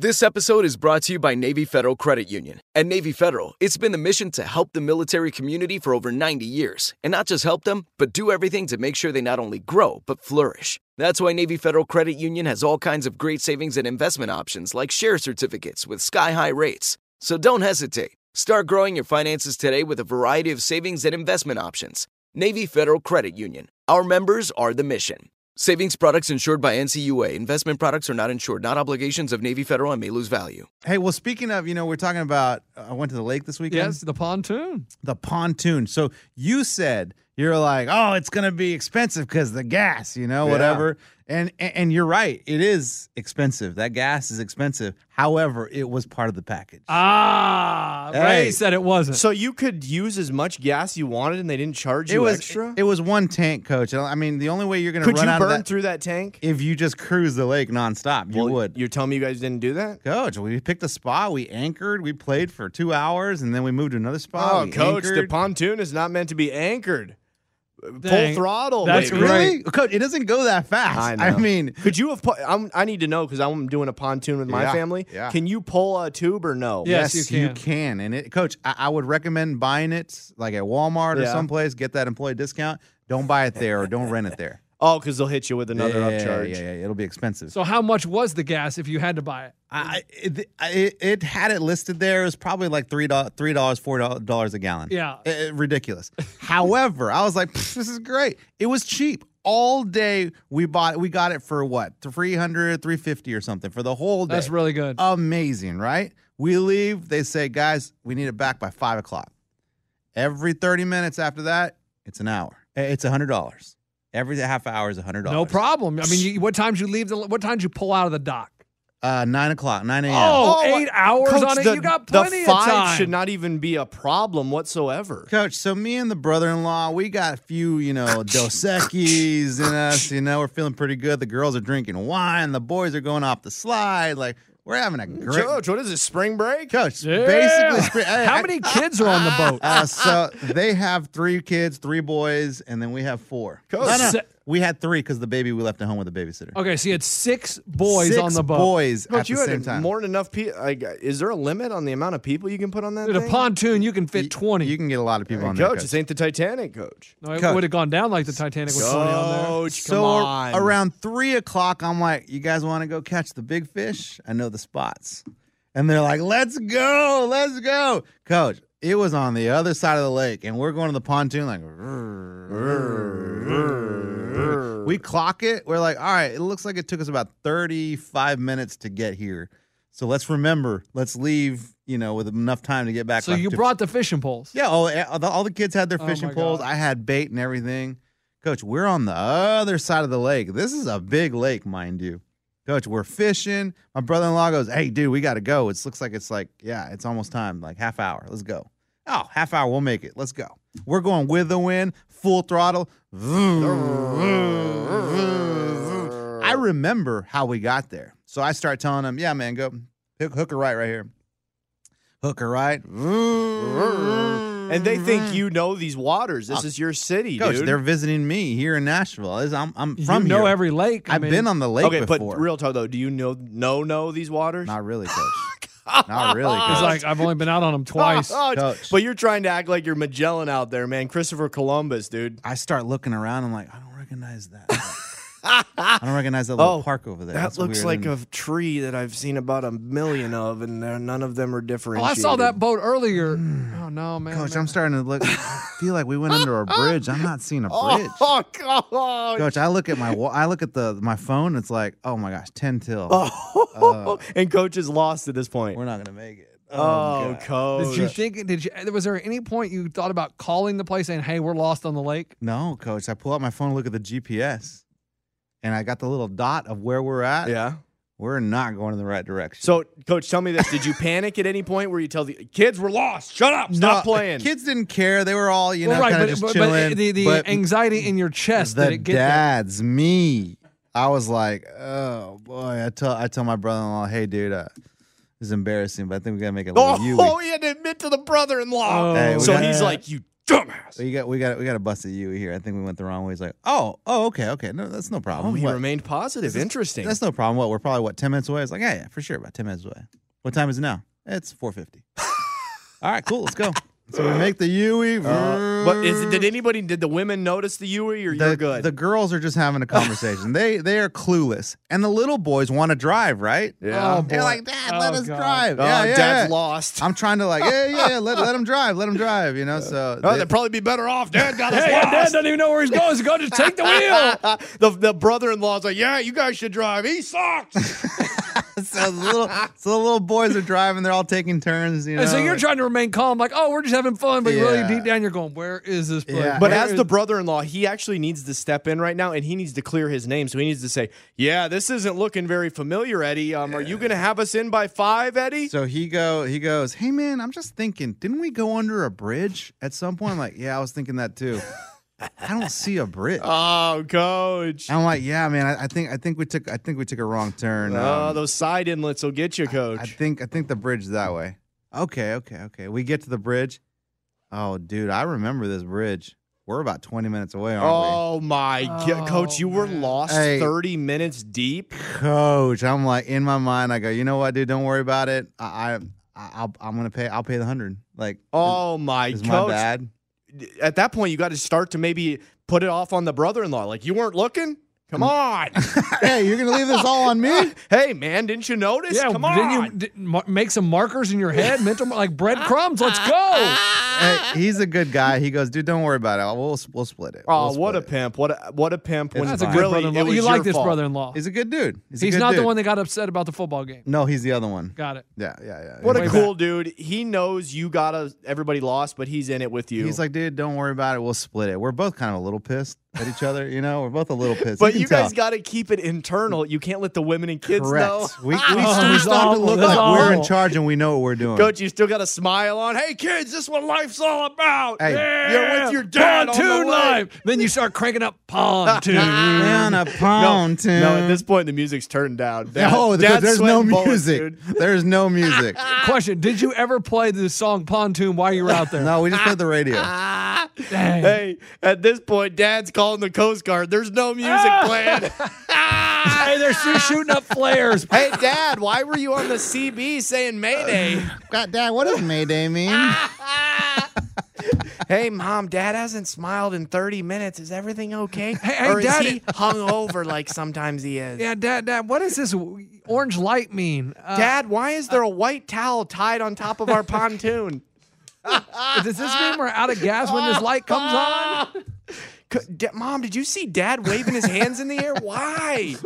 This episode is brought to you by Navy Federal Credit Union. At Navy Federal, it's been the mission to help the military community for over 90 years, and not just help them, but do everything to make sure they not only grow, but flourish. That's why Navy Federal Credit Union has all kinds of great savings and investment options like share certificates with sky high rates. So don't hesitate. Start growing your finances today with a variety of savings and investment options. Navy Federal Credit Union. Our members are the mission. Savings products insured by NCUA. Investment products are not insured, not obligations of Navy Federal and may lose value. Hey, well, speaking of, you know, we're talking about. uh, I went to the lake this weekend. Yes, the pontoon. the pontoon. So you said you're like, oh, it's gonna be expensive because the gas, you know, Yeah. whatever. And, and and you're right, it is expensive. That gas is expensive. However, it was part of the package. Uh, Ah, Hey. Ray said it wasn't. So you could use as much gas you wanted, and they didn't charge you It was extra. It, was one tank, coach. I mean, the only way you're gonna could you run out burn of that through that tank? if you just cruise the lake nonstop. You Well, would. You're telling me you guys didn't do that? Coach, we picked a spot, we anchored, we played for two hours, and then we moved to another spot. Oh, we coach, the anchored. pontoon is not meant to be anchored. Full throttle. That's baby. really Coach, it doesn't go that fast. I, know. mean, could you have? Pu- I'm, I need to know because I'm doing a pontoon with my Yeah, family. yeah. Can you pull a tube or no? yes, you can. And it, Coach, I, I would recommend buying it like at Walmart or Yeah. someplace. Get that employee discount. Don't buy it there or don't rent it there. Oh, because they'll hit you with another Yeah, upcharge. Yeah, yeah, yeah. it'll be expensive. So how much was the gas if you had to buy it? I, it, I- it, it had it listed there. It was probably like three dollars, three dollars, four dollars a gallon. Yeah. Eh, eh, ridiculous. However, I was like, "Pff, this is great. It was cheap all day. We bought it. We got it for what 300, 350 or something for the whole day. That's really good. Amazing, right? We leave. They say, guys, we need it back by five o'clock. Every thirty minutes after that, it's an hour. Eh, It's a hundred dollars. Every half hour is a hundred dollars. No problem. I mean, you, what times you leave the? What times you pull out of the dock? Uh, nine o'clock, nine a.m. Oh, eight hours Coach, on it. the- you got the plenty five of time. should not even be a problem whatsoever. Coach, so me and the brother-in-law, we got a few, you know, Dos Equis in us. You know, we're feeling pretty good. The girls are drinking wine. The boys are going off the slide. Like we're having a great. Coach, what is it? Spring break? Coach, Yeah. basically, spring- hey, How I- many kids are on the boat? Uh, so they have three kids, three boys, and then we have four. Coach. No, no, Se- we had three because the baby we left at home with a babysitter. Okay, so you had six boys Six on the boat. boys Coach, at the you had same time. more than enough people. Like, is there a limit on the amount of people you can put on that? Dude, a thing? pontoon, you can fit twenty. You can get a lot of people on Coach, there. this ain't the Titanic, Coach. No, it Coach. would have gone down like the Titanic with twenty on there. Coach, So ar- around three o'clock, I'm like, "You guys want to go catch the big fish? I know the spots." And they're like, "Let's go, let's go, coach." It was on the other side of the lake, and we're going to the pontoon. Like, "Rrr, rrr, rrr." we clock it. We're like, "All right, it looks like it took us about 35 minutes to get here." So let's remember, let's leave, you know, with enough time to get back. So by you two- brought the fishing poles. yeah, all, all the, all the kids had their Oh fishing my poles. God. I had bait and everything. Coach, we're on the other side of the lake. This is a big lake, mind you. Coach, we're fishing. My brother in law goes, Hey, dude, we got to go. It looks like it's like, yeah, it's almost time, like half hour. Let's go. Oh, half hour. We'll make it. Let's go. We're going with the wind, full throttle. Vroom, vroom, vroom, vroom. I remember how we got there. So I start telling him, Yeah, man, go hook, hook her right, right here. Hook her right. And they think you know these waters. This is your city, Uh, Coach, dude. they're visiting me here in Nashville. This- I'm, I'm You from know here. every lake. I I've mean- been on the lake okay, before. but real talk though, do you know no know these waters? Not really, coach. Oh Not really, coach. He's like, I've only been out on Oh, them twice. Oh, Coach. But you're trying to act like you're Magellan out there, man. Christopher Columbus, dude. I start looking around. I'm like, I don't recognize that. I don't recognize that little park over there. Oh, That That's looks weird. like And- a tree that I've seen about a million of, and they're- none of them are Oh, differentiated. I saw that boat earlier. Hmm. Oh no, man. coach. man. I'm starting to look. feel like we went under a bridge. I'm not seeing a bridge. Oh, God. Coach, I look at my wa- I look at the my phone. It's like, oh my gosh, ten till. Oh. and coach is lost at this point. Uh, We're not gonna make it. Oh, God. coach. Did you think? Did you? Was there any point you thought about calling the place saying, "Hey, we're lost on the lake"? No, coach. I pull out my phone, look at the GPS, and I got the little dot of where we're at. yeah. We're not going in the right direction. So, coach, tell me this: Did you panic at any point where you tell the kids we're lost? Shut up! Stop No, playing. Uh, Kids didn't care. They were all, you know, well, right, kind but, of just but, but chilling. the, the but anxiety in your chest the did it get there? dads, me, I was like, oh boy. I tell I tell my brother-in-law, hey, dude, uh, this is embarrassing, but I think we gotta make a little oh, you. Oh, he had to admit to the brother-in-law. Hey, we so got- he's like, "You dumbass." We got we got we got to bust a Yui here. I think we went the wrong way. He's like, oh, oh, okay, okay, no, that's no problem. Oh, he What? remained positive. Interesting. That's no problem. What we're probably what ten minutes away. It's like, yeah, yeah, for sure, about ten minutes away. What time is it now? It's four fifty. All right, cool. Let's go. So we make the Yui. Uh, but is, did anybody? Did the women notice the Yui, or the, you're good? the girls are just having a conversation. they they are clueless, and the little boys want to drive, right? yeah. Oh, They're boy. like, Dad, let Oh, us God. drive. Oh, yeah, yeah, dad's yeah. lost. I'm trying to like, yeah, yeah, yeah. Let, let them drive. Let them drive. You know, so oh, they- they'd probably be better off. Dad got us Hey, your lost. dad doesn't even know where he's going. He's going to take the wheel. the the brother-in-law's like, "Yeah, you guys should drive. He sucks." so the little so the little boys are driving. They're all taking turns. You know, And so you're like- trying to remain calm, like, "Oh, we're just having fun," but Yeah. really deep down, you're going, "Where is this place?" Yeah. But Where as is- the brother-in-law, he actually needs to step in right now, and he needs to clear his name. So he needs to say, "Yeah, this isn't looking very familiar, Eddie. Um, are you going to have us in by five, Eddie?" So he go he goes, Hey man, I'm just thinking, didn't we go under a bridge at some point? I'm like, yeah, I was thinking that too. I don't see a bridge. oh, coach. I'm like, yeah, man, I, I think I think we took I think we took a wrong turn. Oh, Um, those side inlets will get you, coach. I think I think the bridge is that way. Okay, okay, okay. We get to the bridge. Oh, dude, I remember this bridge. We're about 20 minutes away, aren't Oh my god, coach, you were lost Hey. 30 minutes deep. we? Coach, I'm like in my mind, I go, you know what, dude? Don't worry about it. I, I I'll, I'm gonna pay. I'll pay the hundred. Like, Oh my is coach. my bad? At that point, you got to start to maybe put it off on the brother-in-law. Like you weren't looking. Come Mm. on. hey, you're gonna leave this all on me? hey man, didn't you notice? Yeah, Come didn't you on. d- mar- make some markers in your head, mental mar- like breadcrumbs. Let's go. Hey, he's a good guy. He goes, dude, don't worry about it. We'll we'll split it. Oh, We'll split what a pimp! What a what a pimp! It's When That's a good really, it brother-in-law. was You like your this fault. brother-in-law. it." He's a good dude. He's, a He's good not the dude. one that got upset about the football game. No, he's the other one. Got it. Yeah, yeah, yeah. What Way a back. cool dude! He knows you got to everybody lost, but he's in it with you. He's like, dude, don't worry about it. We'll split it. We're both kind of a little pissed at each other. You know, we're both a little pissed. but can you guys tell. got to keep it internal. You can't let the women and kids correct. know. We, we Oh, still that's start to awful. look That's like we're in awful. charge and we know what we're doing. Coach, you still got a smile on. Hey, kids, this is what life's all about. Hey. You're with your dad on the Pontoon way. live. Then you start cranking up pontoon. Man, a pound, No, Tim. no, at this point the music's turned down. Dad, No, Oh, because Dad's there's no sweating bullets, music. dude. there's no music. Question: Did you ever play the song Pontoon while you were out there? No, we just played the radio. Dang. Ah. Hey, at this point, Dad's calling the Coast Guard. There's no music playing. Hey, they're still shooting up flares. hey, Dad, why were you on the CB saying Mayday? God, Dad, what does Mayday mean? hey, Mom, Dad hasn't smiled in 30 minutes. Is everything okay? Hey, hey, or Dad- is he hung over like sometimes he is? Yeah, Dad, Dad, what does this w- orange light mean? Uh, Dad, why is there a white towel tied on top of our pontoon? does this mean we're out of gas when this light comes on? C- D- Mom, did you see Dad waving his hands in the air? Why?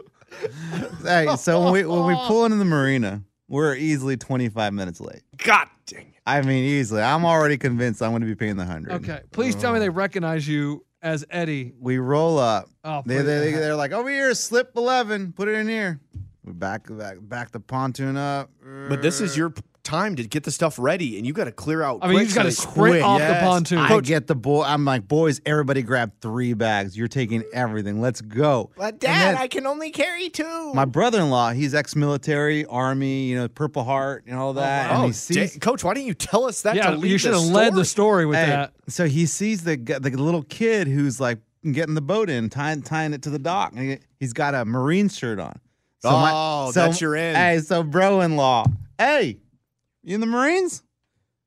hey, so when we when we pull into the marina, we're easily 25 minutes late. God dang it. I mean, easily. I'm already convinced I'm going to be paying the hundred. Okay, please tell me they recognize you as Eddie. We roll up. Oh, they, please. they, they, they're like, over here, slip 11, put it in here. We back, back, back the pontoon up. But this is your p- time to get the stuff ready, and you got to clear out. I mean, you quick just got to so they- sprint Quick, off yes. the pontoon. I get the boy. I'm like, boys, everybody grab three bags. You're taking everything. Let's go. But And then- Dad, I can only carry two. my brother-in-law, he's ex-military, army, you know, Purple Heart, and all that. and oh, he sees da- Coach, why didn't you tell us that? yeah, to lead you should have led the story with Hey, that. So he sees the gu- the little kid who's like getting the boat in, tying tying it to the dock, and he, he's got a marine shirt on. Oh, that's your end. Hey, so bro-in-law, hey, you in the Marines?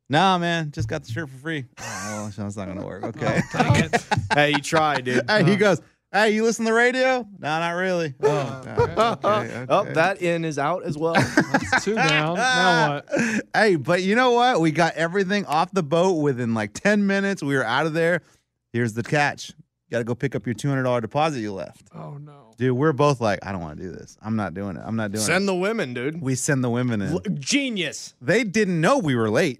Nah, man, just got the shirt for free. Oh, well, that's not gonna work. Okay. Dang it. hey, you tried, dude. hey, he goes. Hey, you listen to the radio? No, not really. Oh, okay, okay, Oh, okay. that in is out as well. That's two down. now what? Ah. Hey, but you know what? We got everything off the boat within like 10 minutes. We were out of there. Here's the catch. You got to go pick up your $200 deposit you left. Oh no. Dude, we're both like, I don't want to do this. I'm not doing it. I'm not doing Send it. the women, dude. we send the women in. L- Genius. They didn't know we were late.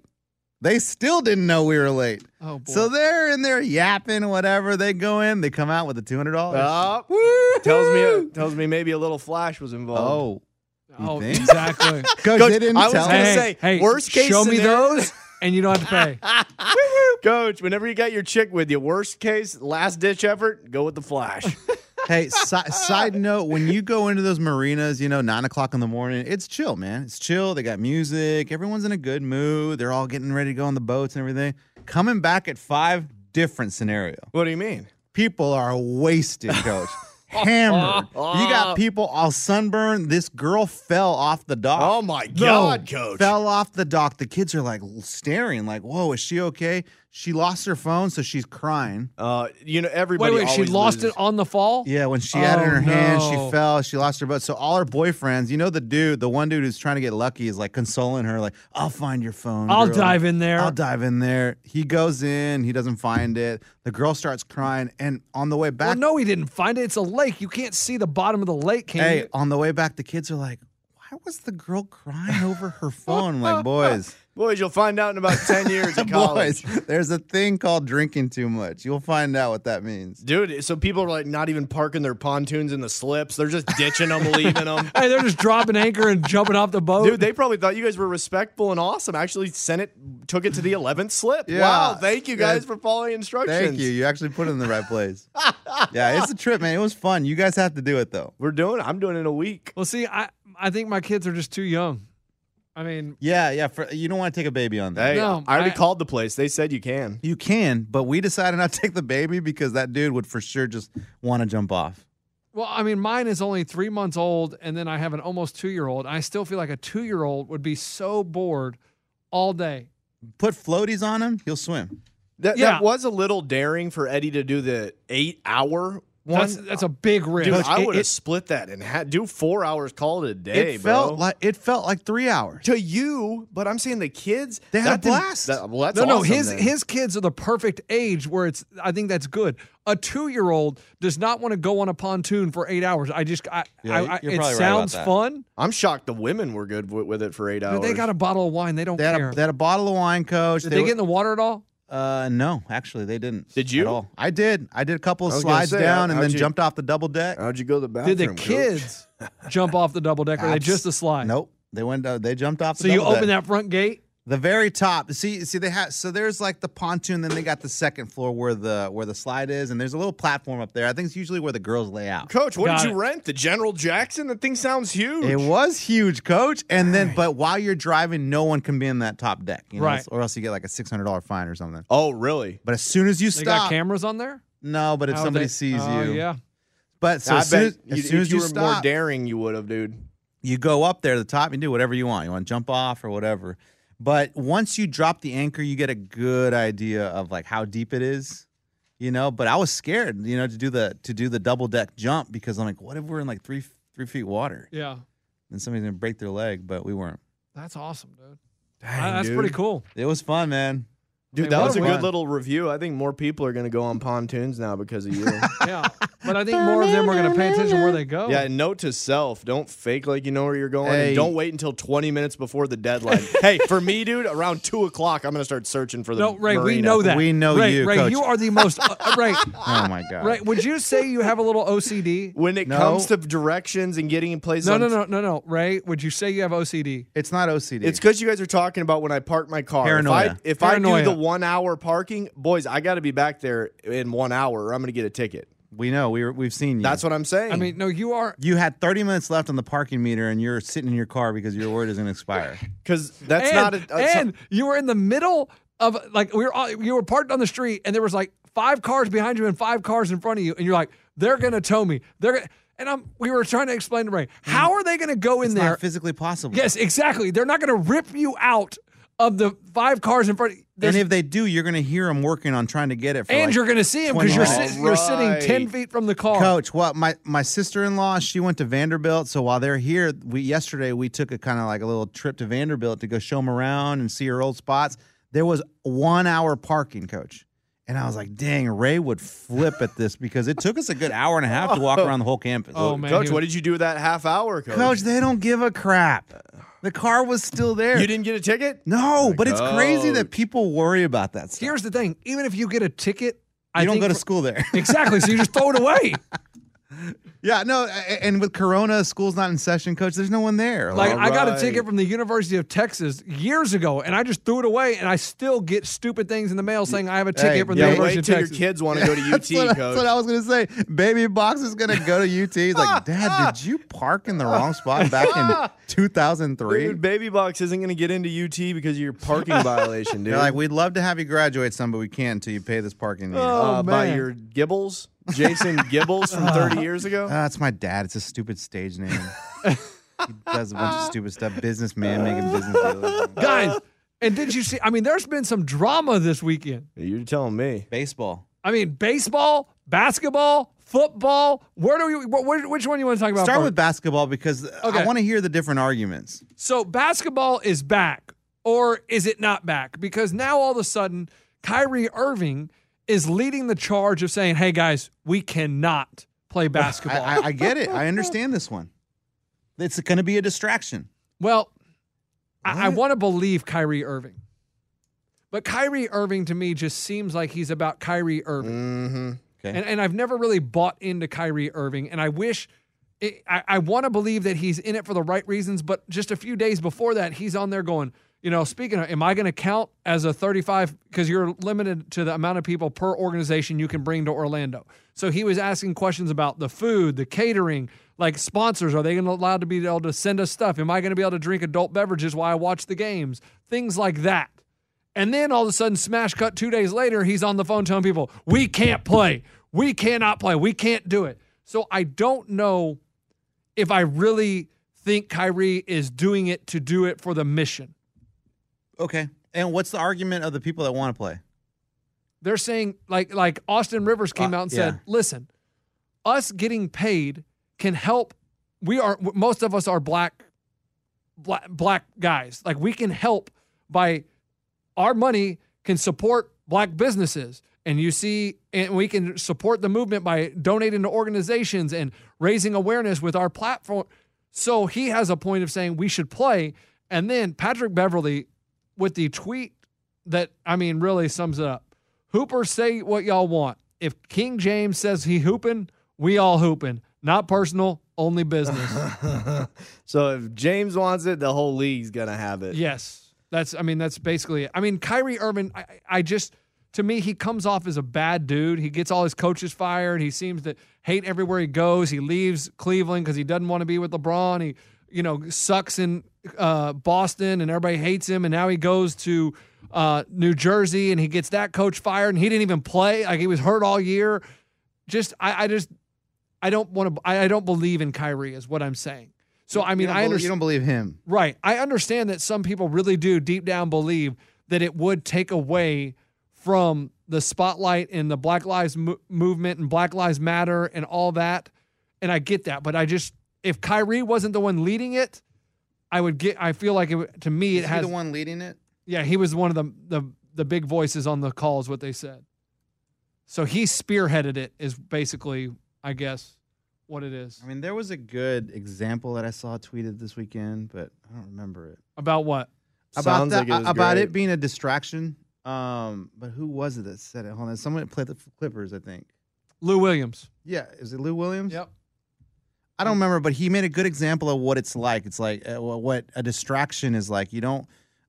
They still didn't know we were late. Oh boy. So they're in there yapping, whatever. They go in, they come out with the $200. Oh, tells me tells me maybe a little flash was involved. oh. You oh, think? exactly. Coach, Coach, they didn't I was tell gonna us. hey, say, hey, worst case show me scenario- those, and you don't have to pay. Oh. Coach, whenever you got your chick with you, worst case, last ditch effort, go with the flash. hey, si- side note: when you go into those marinas, you know, nine o'clock in the morning, it's chill, man. It's chill. They got music. Everyone's in a good mood. They're all getting ready to go on the boats and everything. Coming back at five, different scenario. what do you mean? People are wasted, coach. Hammered. You got people all sunburned. This girl fell off the dock. Oh my God, Coach. Fell off the dock. The kids are like staring, like, "Whoa, is she okay?" She lost her phone, so she's crying. Uh, you know Wait, everybody. wait, she always lost loses. it on the fall? Yeah, when she had it in Oh, her hand, she no. fell. She lost her boat. So all her boyfriends, you know, the dude, the one dude who's trying to get lucky, is like consoling her, like, "I'll find your phone. I'll girl. dive in there. I'll dive in there." He goes in. He doesn't find it. The girl starts crying, and on the way Well, back, no, he didn't find it. It's a lake. You can't see the bottom of the lake, can hey, you? on the way back, the kids are like, "Why was the girl crying over her phone?" I'm like, boys, Boys, you'll find out in about ten years in college. boys, there's a thing called drinking too much. You'll find out what that means. Dude, so people are like not even parking their pontoons in the slips. They're just ditching them, leaving them. Hey, they're just dropping anchor and jumping off the boat. Dude, they probably thought you guys were respectful and awesome. Actually, sent it, took it to the eleventh slip. Yeah. Wow, thank you guys Yeah. for following instructions. Thank you. You actually put it in the right place. yeah, it's a trip, man. It was fun. You guys have to do it though. We're doing. I'm doing it in a week. well, see, I I think my kids are just too young. I mean, Yeah, yeah. For, you don't want to take a baby on that. Hey, No, I already I- called the place. They said you can. You can, but we decided not to take the baby because that dude would for sure just want to jump off. well, I mean, mine is only three months old, and then I have an almost two year old. I still feel like a two year old would be so bored all day. Put floaties on him, he'll swim. That, Yeah. that was a little daring for Eddie to do the eight hour one. That's- that's a big risk. Dude, Coach, I it- would have it- split that and had do four hours. Call it a day. it felt bro. like it felt like three hours. to you, but I'm saying the kids They had a that didn't- blast. that- well, that's no, no, awesome his then. his kids are the perfect age where it's. I think that's good. A two year old does not want to go on a pontoon for eight hours. I just, I, I, I it sounds fun. I'm shocked the women were good with, with it for eight hours. Dude, they got a bottle of wine. They don't They had, care. a, they had a bottle of wine, coach. Did they, get in the water at all? Uh, no, actually, they didn't. Did at you? all. I did. I did a couple of I was gonna slides say, down how- and then how'd you- Uh, jumped off the double deck. How'd you go to the bathroom? Did the coach? kids jump off the double deck? Or they just a slide? Nope. They went. Uh, they jumped off. So the you double open deck. that front gate. The very top. See, see, they had. So there's like the pontoon. Then they got the second floor where the where the slide is, and there's a little platform up there. I think it's usually where the girls lay out. Coach, what Got did you it. rent? The General Jackson? That thing sounds huge. It was huge, coach. And then, but while you're driving, no one can be in that top deck, you know, Right. Or else you get like a six hundred dollar fine or something. Oh, really? But as soon as you They got stop, cameras on there. no. But if How somebody they- sees oh, you, yeah. But so I as soon as, bet you, as soon if as you, you, were more stop, daring, you would have, dude. you go up there to the top and do whatever you want. You want to jump off or whatever. But once you drop the anchor, you get a good idea of like how deep it is, you know. But I was scared, you know, to do the to do the double deck jump because I'm like, what if we're in like three three feet water Yeah, and somebody's gonna break their leg? But we weren't. that's awesome, dude. Dang, Uh, that's dude. pretty cool. It was fun, man. Dude, Hey, that what was a a good run. little review. I think more people are going to go on pontoons now because of you. Yeah, but I think more of them are going to pay attention where they go. yeah, and note to self, don't fake like you know where you're going. Hey. And don't wait until 20 minutes before the deadline. hey, for me, dude, around 2 o'clock, I'm going to start searching for the No, Ray, we marina. know that. We know Ray, you, Ray, Coach. you are the most. Uh, Ray, Oh my god. Ray, would you say you have a little OCD? When it No. comes to directions and getting in place No, on no, no, no, no. Ray, would you say you have OCD? It's not OCD. It's because you guys are talking about when I park my car. Paranoia. If I, if I Paranoia. do the one hour parking, boys, I got to be back there in one hour or I'm going to get a ticket. we know we were, we've seen you. That's what I'm saying. Hmm. I mean, no, you are. you had 30 minutes left on the parking meter, and you're sitting in your car because your word is gonna expire. because that's and, not a. a- and you were in the middle of like we were all- you were parked on the street, and there was like five cars behind you and five cars in front of you, and you're like, they're gonna tow me. They're gonna, and I'm. We were trying to explain to Ray how are they gonna go in Mm-hmm. It's there? not physically possible. yes, exactly. They're not gonna rip you out of the five cars in front. of you. and There's- if they do, you're going to hear them working on trying to get it. For and like you're gonna see him 20 because you're minutes. sit, you're sitting ten Right. feet from the car. Coach, well, my, my sister in law, she went to Vanderbilt. So while they're here, we yesterday we took a kind of like a little trip to Vanderbilt to go show them around and see her old spots. There was one hour parking, coach. And I was like, dang, Ray would flip at this because it took us a good hour and a half to walk around the whole campus. Oh man, Coach, he what was- did you do with that half hour, Coach? Coach, they don't give a crap. The car was still there. you didn't get a ticket? no, but it's crazy Coach. that people worry about that stuff. here's the thing. Even if you get a ticket, you I don't think go to for- school there. Exactly. So you just throw it away. Yeah, no, a- a- and with Corona, school's not in session, coach. There's no one there. Like I got a right. ticket from the University of Texas years ago, and I just threw it away, and I still get stupid things in the mail saying I have a ticket Hey, from the Yeah, University wait of till your Texas. kids want to go to UT, that's, what, Coach. that's what I was gonna say. Baby Box is gonna go to UT. He's like, Dad, did you park in the wrong spot back in 2003? Dude, Baby Box isn't going to get into UT because of your parking violation, dude. They're like, we'd love to have you graduate some, but we can't until you pay this parking meter. Oh, uh, by man. your Gibbles, Jason Gibbles from 30 years ago. Ah, it's my dad. It's a stupid stage name. he does a bunch of stupid stuff. Businessman making business deals. Guys, and did you see? I mean, there's been some drama this weekend. You're telling me. Baseball. I mean, baseball, basketball, football. Where do we? wh- wh- which one do you want to talk about? Start first? with basketball because I Okay. want to hear the different arguments. So basketball is back, or is it not back? Because now all of a sudden, Kyrie Irving is leading the charge of saying, "Hey guys, we cannot play I, basketball." I, I get it. I understand this one. It's going to be a distraction. Well, I, I want to believe Kyrie Irving. But Kyrie Irving to me just seems like he's about Kyrie Irving. Mm-hmm. Okay. And, and I've never really bought into Kyrie Irving. And I wish, it, I, I want to believe that he's in it for the right reasons. But just a few days before that, he's on there going, you know, speaking of, am I going to count as a 35? Because you're limited to the amount of people per organization you can bring to Orlando. So he was asking questions about the food, the catering, Like sponsors, are they going to allowed to be able to send us stuff? Am I going to be able to drink adult beverages while I watch the games? Things like that. And then all of a sudden, smash cut two days later, he's on the phone telling people, we can't play. We cannot play. We can't do it. So I don't know if I really think Kyrie is doing it to do it for the mission. Okay. And what's the argument of the people that want to play? They're saying like like Austin Rivers came Uh, out and yeah. said, "Listen, us getting paid can help. We are most of us are black black black guys. Like we can help by our money can support black businesses and you see and we can support the movement by donating to organizations and raising awareness with our platform so he has a point of saying we should play and then patrick beverly with the tweet that i mean really sums it up hooper say what y'all want if king james says he hooping we all hooping not personal only business So if James wants it, the whole league's gonna have it. Yes, that's. I mean, that's basically it. I mean, Kyrie Irving. I, I just to me, he comes off as a bad dude. He gets all his coaches fired. He seems to hate everywhere he goes. He leaves Cleveland because he doesn't want to be with LeBron. He, you know, sucks in uh, Boston, and everybody hates him. And now he goes to uh, New Jersey, and he gets that coach fired, and he didn't even play. Like he was hurt all year. Just, I, I just, I don't want to. I, I don't believe in Kyrie, is what I'm saying. So I mean, you don't I believe- understand. You don't believe him. Right. I understand that some people really do deep down believe that it would take away from the spotlight and the Black Lives Mo- movement and Black Lives Matter and all that. And I get that, but I just if Kyrie wasn't the one leading it, I would get. I feel like it, would- to me Is it he has. the one leading it? Yeah, he was one of the the the big voices on the call is what they said. So he spearheaded it is basically, I guess, what it is. I mean, there was a good example that I saw tweeted this weekend, but I don't remember it. About what? about that, about it being a distraction. Um, but who was it that said it? Hold on, someone played the Clippers, I think. Lou Williams. Yeah, is it Lou Williams? Yep. I don't remember, but he made a good example of what it's like. It's like uh, wh- what a distraction is like. You don't,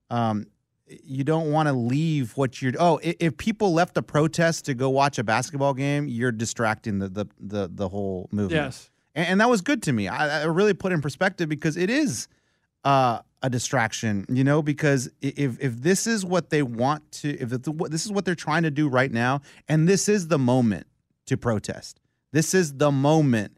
um, you don't want to leave what you're. Oh, i- if people left the protest to go watch a basketball game, you're distracting the the the, the whole movement. Yes. and, and that was good to me. I, I really put in perspective because it is uh, a distraction, you know. Because i- if if this is what they want to, if it's what- this is what they're trying to do right now, and this is the moment to protest, this is the moment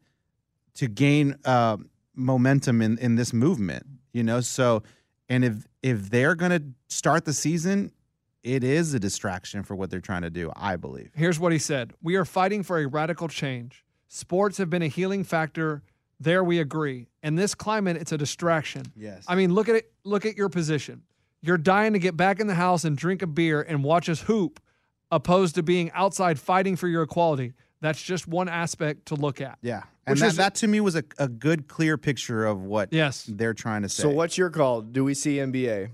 to gain uh, momentum in in this movement, you know. So, and if if they're gonna start the season, it is a distraction for what they're trying to do. I believe. Here's what he said We are fighting for a radical change. Sports have been a healing factor. There we agree. In this climate, it's a distraction. Yes. I mean, look at it. Look at your position. You're dying to get back in the house and drink a beer and watch us hoop, opposed to being outside fighting for your equality. That's just one aspect to look at. Yeah. And Which that, is- that to me was a, a good, clear picture of what yes. they're trying to say. So what's your call? Do we see NBA?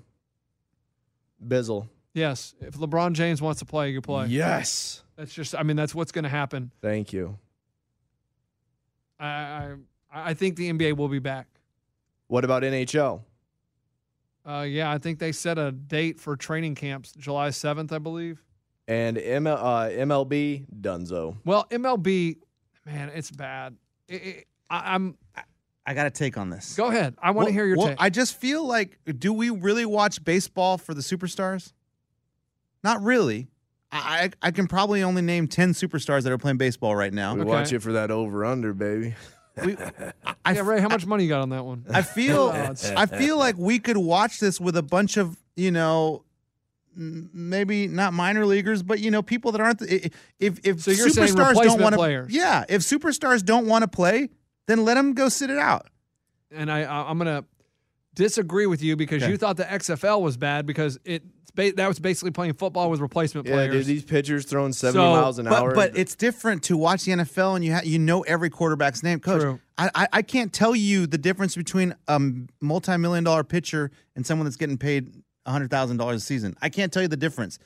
Bizzle. Yes. If LeBron James wants to play, you play. Yes. That's just. I mean, that's what's going to happen. Thank you. I, I I think the NBA will be back. What about NHL? Uh, yeah, I think they set a date for training camps, July 7th, I believe. And M- uh, MLB Dunzo. Well, MLB, man, it's bad. It- it- I, I'm. I got a take on this. Go ahead. I want to Well- hear your well, take. I just feel like, do we really watch baseball for the superstars? Not really. I, I I can probably only name 10 superstars that are playing baseball right now. We watch it for that over under, baby. I yeah, Ray, how much money you got on that one? I feel Odds. I feel like we could watch this with a bunch of you know m- maybe not minor leaguers but you know people that aren't i- i- if if So you're saying superstars don't replacement want to players. yeah if superstars don't want to play then let them go sit it out and I, I I'm gonna disagree with you because Okay. you thought the XFL was bad because it ba- that was basically playing football with replacement Yeah, dude, players. these pitchers throwing 70 So- miles an but, hour. but it's different to watch the NFL and you ha- you know every quarterback's name coach True. I, I I can't tell you the difference between a multi million dollar pitcher and someone that's getting paid hundred thousand dollars a season I can't tell you the difference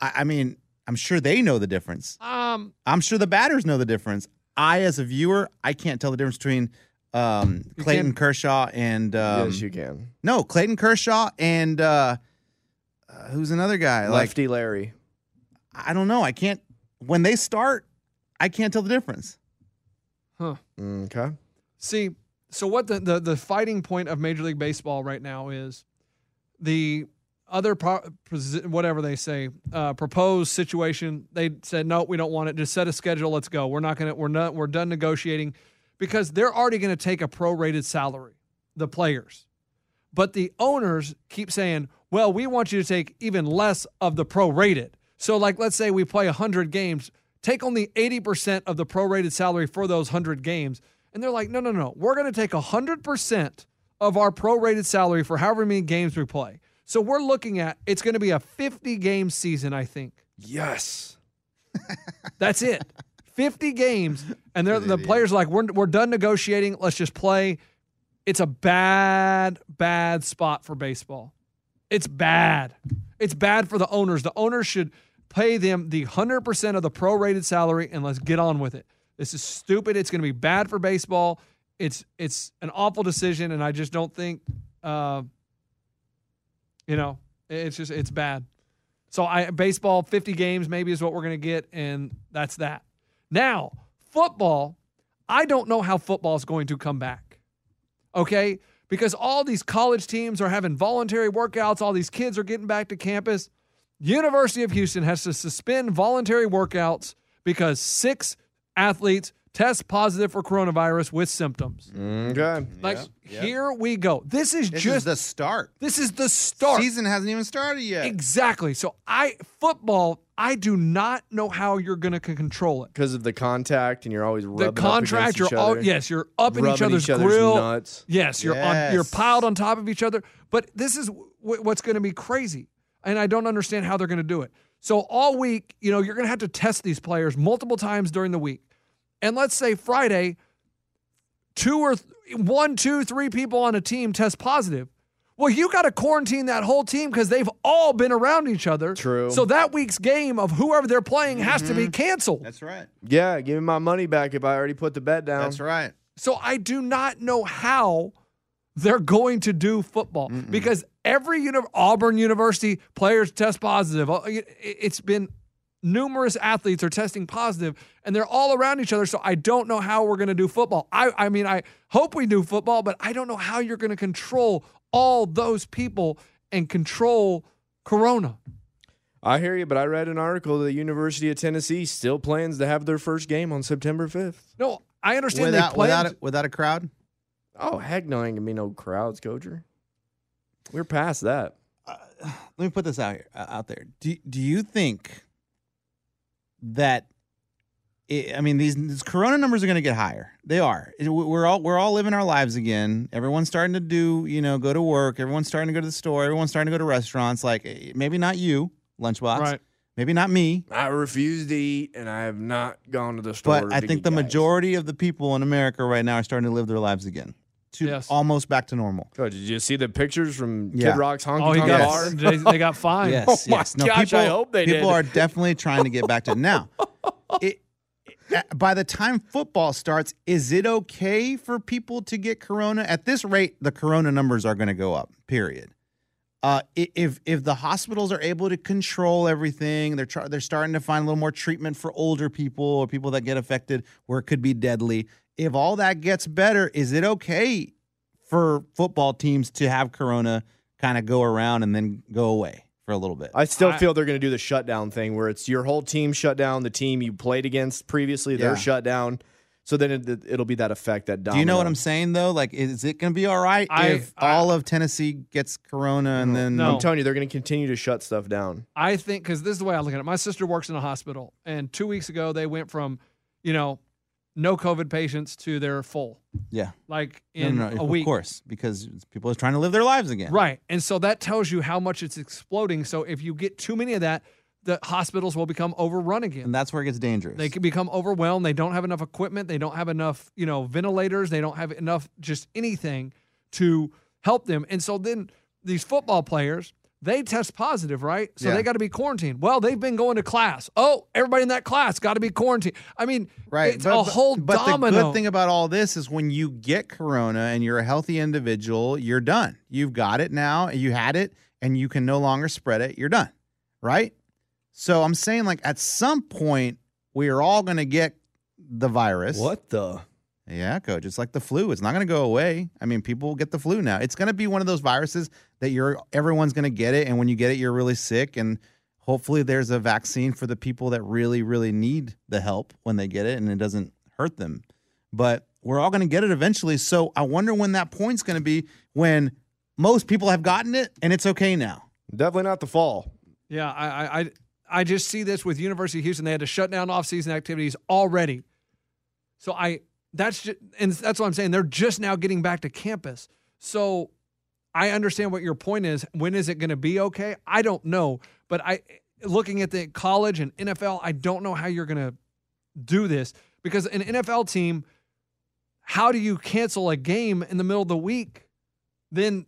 I, I mean I'm sure they know the difference um, I'm sure the batters know the difference. I, as a viewer, I can't tell the difference between um, Clayton can. Kershaw and um, yes, you can. no Clayton Kershaw and uh, uh, who's another guy? Like Lefty Larry. I don't know. I can't when they start. I can't tell the difference. huh? Okay. See, so what the, the, the fighting point of Major League Baseball right now is the other pro- presi- whatever they say uh, proposed situation. They said no, we don't want it. Just set a schedule. Let's go. We're not gonna. We're not. We're done negotiating because they're already going to take a prorated salary. The players, but the owners keep saying, well, we want you to take even less of the prorated. So, like, let's say we play 100 games, take only 80% of the prorated salary for those 100 games. And they're like, no, no, no, we're going to take 100% of our prorated salary for however many games we play. So, we're looking at it's going to be a 50 game season, I think. Yes. That's it. 50 games. And they're, the players are like, we're, we're done negotiating. Let's just play. It's a bad, bad spot for baseball. It's bad. It's bad for the owners. The owners should pay them the 100% of the prorated salary and let's get on with it. This is stupid. It's going to be bad for baseball. It's it's an awful decision and I just don't think uh you know, it's just it's bad. So I baseball 50 games maybe is what we're going to get and that's that. Now, football, I don't know how football is going to come back. Okay? Because all these college teams are having voluntary workouts, all these kids are getting back to campus. University of Houston has to suspend voluntary workouts because 6 athletes test positive for coronavirus with symptoms. Okay. Like here we go. This is Mm. This is just the start. This is the start. Season hasn't even started yet. Exactly. So I football, I do not know how you're going to control it. Because of the contact, and you're always rubbing The up contract, against you're each all other. yes, you're up in each Rubbing other's, grill. nuts. Yes, you're on, you're piled on top of each other. But this is w- what's going to be crazy, and I don't understand how they're going to do it. So all week, you know, you're going to have to test these players multiple times during the week, and let's say Friday, two or th- one, two, three people on a team test positive. Well, you got to quarantine that whole team because they've all been around each other. True. So that week's game of whoever they're playing has to be canceled. That's right. Yeah, give me my money back if I already put the bet down. That's right. So I do not know how they're going to do football because every uni- Auburn University players test positive. Uh, it- It's been numerous athletes are testing positive and they're all around each other so I don't know how we're going to do football. I I mean I hope we do football but I don't know how you're going to control all those people and control corona. I hear you, but I read an article that the University of Tennessee still plans to have their first game on September 5th. No, I understand Without they planned without a, without a crowd. Oh, heck no, ain't gonna be no crowds, Coacher. We're past that. Let me put this out here uh, out there. Do do you think that it, I mean these, these corona numbers are going to get higher. They are. It- we- We're all we're all living our lives again. Everyone's starting to do, you know, go to work, everyone's starting to go to the store, everyone's starting to go to restaurants like eh, maybe not you, lunchbox. Right. Maybe not me, I refuse to eat, and I have not gone to the store. But to I think get the gas. majority of the people in America right now are starting to live their lives again, to Yes. almost back to normal. Coach, did you see the pictures from Yeah. Kid Rock's honky Oh, he tonk got bar? they, they got fined. Yes, Oh my yes. No, gosh, people, I hope they people did. are definitely trying to get back to it. now. It, at- by the time football starts, is it okay for people to get corona? At this rate, the corona numbers are going to go up. Period. Uh, i- if if the hospitals are able to control everything, they're try, they're starting to find a little more treatment for older people or people that get affected where it could be deadly. If all that gets better, is it okay for football teams to have corona kind of go around and then go away for a little bit? I still I- feel they're going to do the shutdown thing where it's your whole team shut down, the team you played against previously, Yeah. they're shut down. So then it, it'll be that effect that Do you know what domino. I'm saying though? Like, is it going to be all right I- if I- all of Tennessee gets corona and then No. I'm telling you, they're going to continue to shut stuff down. I think because this is the way I look at it. My sister works in a hospital, and two weeks ago they went from, you know, no COVID patients to their full, yeah, like No, in no, no, a of week. course, because people are trying to live their lives again. Right, and so that tells you how much it's exploding. So if you get too many of that, the hospitals will become overrun again. and that's where it gets dangerous. They can become overwhelmed. They don't have enough equipment. They don't have enough, you know, ventilators. They don't have enough just anything to help them. And so then these football players, they test positive, right? So Yeah. they got to be quarantined. Well, they've been going to class. Oh, everybody in that class got to be quarantined. I mean, right? it's a whole but domino. the good thing about all this is when you get corona and you're a healthy individual, you're done. You've got it now. You had it, and you can no longer spread it. You're done, right? So I'm saying, like, at some point, we are all going to get the virus. the? Yeah, coach. It's like the flu. It's not going to go away. I mean, people will get the flu now. It's going to be one of those viruses that you're everyone's going to get it, and when you get it, you're really sick. And hopefully, there's a vaccine for the people that really, really need the help when they get it, and it doesn't hurt them. But we're all going to get it eventually. So I wonder when that point's going to be when most people have gotten it and it's okay now. Definitely not the fall. Yeah, I, I- I, I just see this with University of Houston. They had to shut down off-season activities already. So I, that's just, and that's what I'm saying. They're just now getting back to campus. So I understand what your point is. When is it going to be okay? I don't know. But I, looking at the college and NFL, I don't know how you're going to do this because an NFL team, how do you cancel a game in the middle of the week? Then,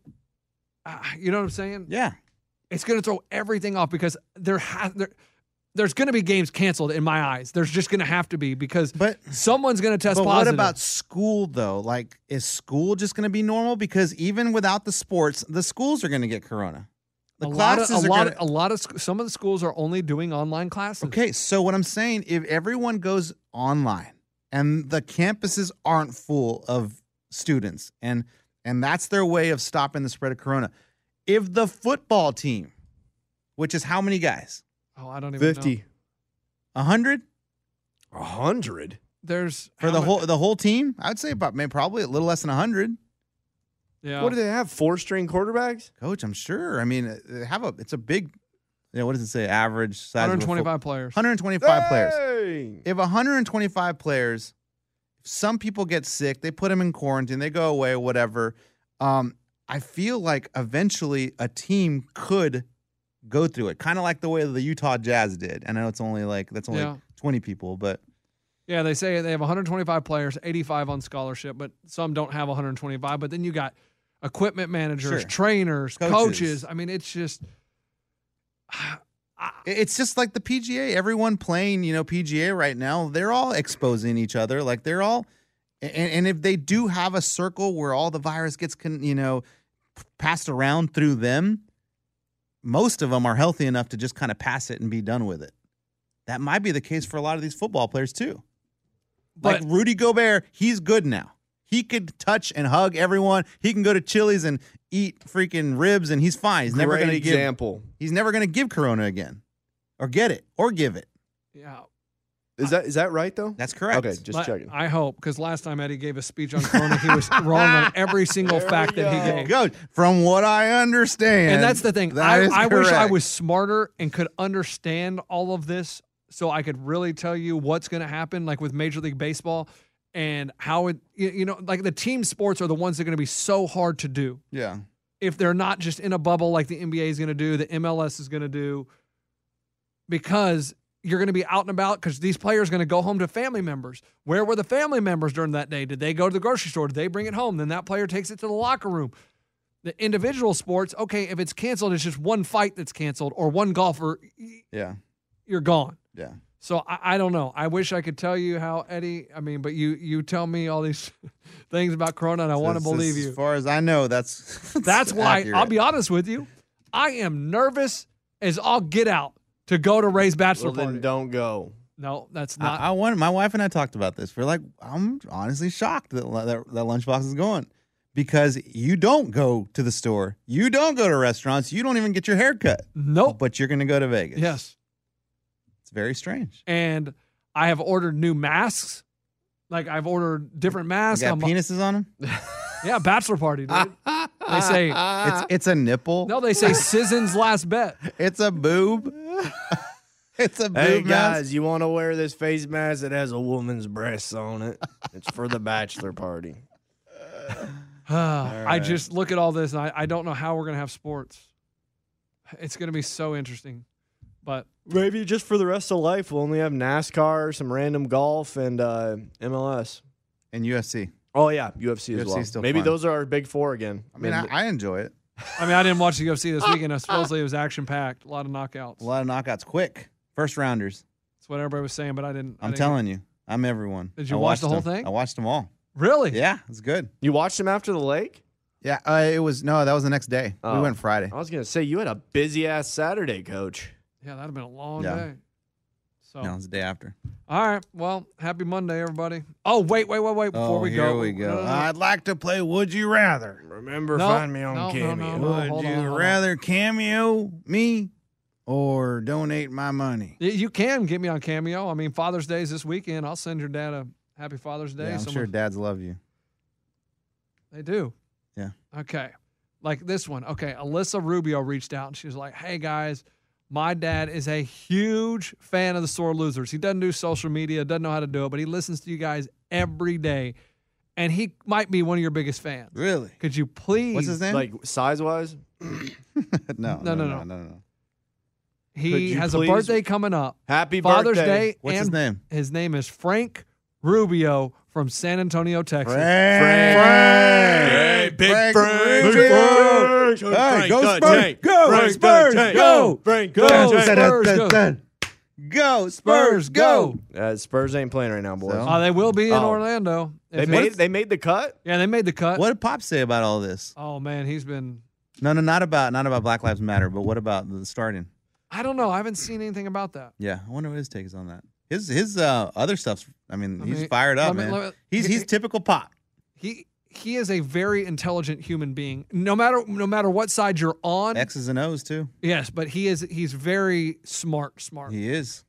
uh, you know what I'm saying? Yeah it's going to throw everything off because there has there, there's going to be games canceled in my eyes. There's just going to have to be because but someone's going to test but positive. what about school though? Like, is school just going to be normal? Because even without the sports, the schools are going to get corona. The a lot of classes a are lot gonna- of, a lot of sc- some of the schools are only doing online classes. Okay, so what I'm saying, if everyone goes online and the campuses aren't full of students, and and that's their way of stopping the spread of corona. If the football team, which is how many guys? Oh, I don't even know. 50. 100? 100? There's for the whole the whole team? I would say about maybe probably a little less than 100. Yeah. What do they have? Four string quarterbacks? Coach, I'm sure. I mean, they have a it's a big you know, what does it say? Average size of a foot- 125 players. 125 players. If 125 players, some people get sick, they put them in quarantine, they go away, whatever. Um, I feel like eventually a team could go through it, kind of like the way the Utah Jazz did. I know it's only like that's only Yeah. 20 people, but Yeah, they say they have 125 players, 85 on scholarship, but some don't have 125. But then you got equipment managers, Sure. trainers, coaches. Coaches. I mean, it's just It- It's just like the PGA. Everyone playing, you know, PGA right now, they're all exposing each other. Like they're all, and, and if they do have a circle where all the virus gets, con, you know, p- passed around through them, most of them are healthy enough to just kind of pass it and be done with it. That might be the case for a lot of these football players too. But- like Rudy Gobert, he's good now. He could touch and hug everyone. He can go to Chili's and eat freaking ribs, and he's fine. He's never Great going to give. example. He's never going to give Corona again, or get it, or give it. yeah. Is that is that right though? That's correct. Okay, just La- checking. I hope because last time Eddie gave a speech on Corona, he was wrong on every single fact that he gave. Good. From what I understand, Oh. And that's the thing. that I, is I wish I correct. was smarter and could understand all of this so I could really tell you what's going to happen, like with Major League Baseball and how it, you you know, like the team sports are the ones that are going to be so hard to do Yeah. if they're not just in a bubble like the NBA is going to do, the MLS is going to do, because you're going to be out and about because these players are going to go home to family members. Where were the family members during that day? Did they go to the grocery store? Did they bring it home? Then that player takes it to the locker room. The individual sports, okay, if it's canceled, it's just one fight that's canceled or one golfer, y- Yeah. you're gone. Yeah. So I, I don't know. I wish I could tell you how Eddie. I mean, but you you tell me all these things about Corona, and I want to As- as- believe you. As far as I know, that's That's why accurate. I'll be honest with you. I am nervous as I'll get out to go to Ray's bachelor Well, then party. Don't go. No, that's I, not. I want my wife and I talked about this. We're like, I'm honestly shocked that that, that lunchbox is going because you don't go to the store, you don't go to restaurants, you don't even get your hair cut. Nope. But you're going to go to Vegas. yes, It's very strange. and I have ordered new masks. Like I've ordered different You masks. got I'm- penises on them. Yeah, bachelor party, dude. they say It's it's a nipple. Uh, no. They say Sisson's last bet. It's a boob. it's a boob Hey mask. guys, you want to wear this face mask that has a woman's breasts on it? It's for the bachelor party. I just look at all this, and I, I don't know how we're gonna have sports. It's gonna be so interesting, but Maybe just for the rest of life, we'll only have NASCAR, some random golf, and uh, MLS. And UFC. Oh yeah, UFC, as UFC is well. still Maybe fun. those are our big four again. I mean, I, I enjoy it. I mean, I didn't watch the UFC this weekend. Supposedly it was action packed, a lot of knockouts. A lot of knockouts, quick first rounders. That's what everybody was saying, but I didn't. I I'm didn't- telling you, I'm everyone. Did you I watch the watched whole them. thing? I watched them all. Really? Yeah, it's good. you watched them after the lake. Yeah, uh, it was no, that was the next day. Oh. we went Friday. I was gonna say you had a busy ass Saturday, Coach. Yeah, that'd have been a long Yeah. day. So No, it's the day after. all right. Well, happy Monday, everybody. Oh, wait, wait, wait, wait. Before Oh, we here go, Uh, we go. No, no, no. I'd like to play Would You Rather. Remember, No, find me on no, no, Cameo. no, no, Would hold you on, hold on. rather cameo me or donate my money? Y- you can get me on Cameo. I mean, Father's Day is this weekend. I'll send your dad a happy Father's Day. Yeah, I'm Someone- sure dads love you. They do. Yeah. Okay. Like this one. Okay. Alyssa Rubio reached out and she was like, hey guys, my dad is a huge fan of the Sore Losers. He doesn't do social media, doesn't know how to do it, but he listens to you guys every day. And he might be one of your biggest fans. Really? Could you please? What's his name? Like size wise? no, No, no, no, no. no. Could He you has please- a birthday coming up. Happy Father's birthday. Day. What's his and name? His name is Frank Rubio from San Antonio, Texas. Frank. Hey, big Frank Frank. Rubio. Big Frank. Frank. Hey, go Frank. Spurs. Frank. Go, Frank. Spurs. Go. Frank. Go, Go. Spurs. Spurs. Go. Go Spurs, go. Uh, Spurs ain't playing right now, boys. Uh, they will be in Oh. Orlando. They If made it- they made the cut. Yeah, they made the cut. What did Pop say about all this? Oh man, he's been. No, no, not about not about Black Lives Matter, but what about the starting? I don't know. I haven't seen anything about that. Yeah, I wonder what his take is on that. His his uh, other stuff's. I mean, Let he's me- fired up, let me- man. let me- he's he's typical Pop. He he is a very intelligent human being. No matter no matter what side you're on. X's and O's too. yes, but he is he's very smart, smart. He is.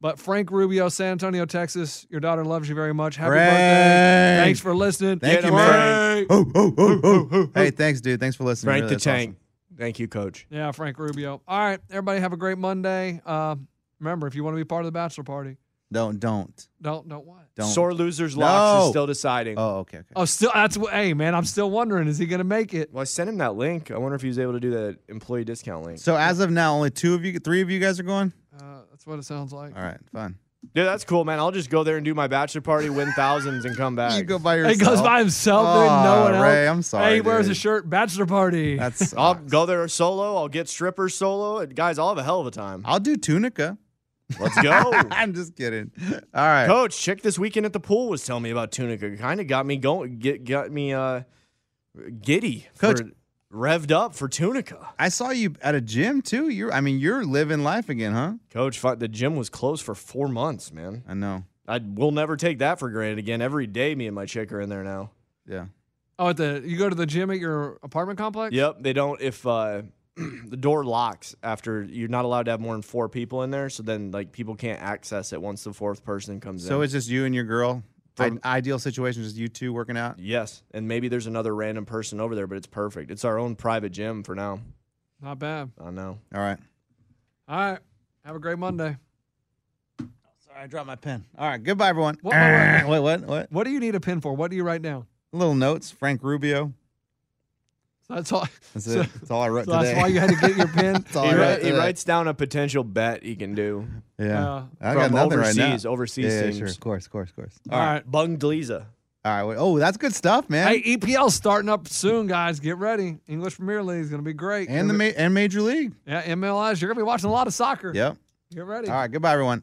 But Frank Rubio, San Antonio, Texas, your daughter loves you very much. Happy birthday. Frank. Thanks for listening. Thank Get you, him, man. Frank. Oh, oh, oh, oh, oh. Hey, thanks, dude. Thanks for listening. Frank Really, the that's awesome. Tank. Thank you, Coach. Yeah, Frank Rubio. All right, everybody have a great Monday. Uh, remember, if you want to be part of the bachelor party, Don't don't don't don't what? don't. Sore losers locks No. is still deciding. oh, okay, okay. Oh, still that's what. Hey, man, I'm still wondering, is he gonna make it? Well, I sent him that link. I wonder if he was able to do that employee discount link. So as of now, only two of you, three of you guys are going. Uh, that's what it sounds like. All right, fine. Dude, that's cool, man. I'll just go there and do my bachelor party, win thousands, and come back. You go by He yourself. goes by himself, dude. No Oh, one else. Ray, I'm sorry, Hey, he wears a dude. shirt. Bachelor party. That's. I'll I'll, go there solo. I'll get strippers solo. And guys, I'll have a hell of a time. I'll do Tunica. Let's go. I'm just kidding. All right. Coach, chick this weekend at the pool was telling me about Tunica. Kind of got me going, get, got me uh, giddy, Coach- for- revved up for Tunica. I saw you at a gym too. You're. I mean, you're living life again, huh? Coach, fi- the gym was closed for four months, man. I know. I will never take that for granted again. Every day, me and my chick are in there now. Yeah. oh, at the you go to the gym at your apartment complex. Yep, they don't. If uh, the door locks after, you're not allowed to have more than four people in there. So then, like, people can't access it once the fourth person comes in. So it's just you and your girl. I- From- ideal situation, just you two working out. yes, and maybe there's another random person over there, but it's perfect. It's our own private gym for now. Not bad. I know. All right. All right. Have a great Monday. Sorry, I dropped my pen. All right. Goodbye, everyone. What- what- Wait, what? What? What do you need a pin for? What do you write down? Little notes. Frank Rubio. That's all. That's so- it. That's all I wrote so today. that's why you had to get your pin. That's all He, I wri- wrote he today. writes down a potential bet he can do. Yeah. Uh, I from got nothing right overseas- now. overseas Yeah, yeah, teams. sure. Of course, of course, of course. all right. Bung Deliza. All right. wait- Oh, that's good stuff, man. Hey, EPL's starting up soon, guys. Get ready. English Premier League is going to be great. and the You're ma- and Major League. gonna be- yeah, MLS. You're going to be watching a lot of soccer. Yep. Get ready. All right. Goodbye, everyone.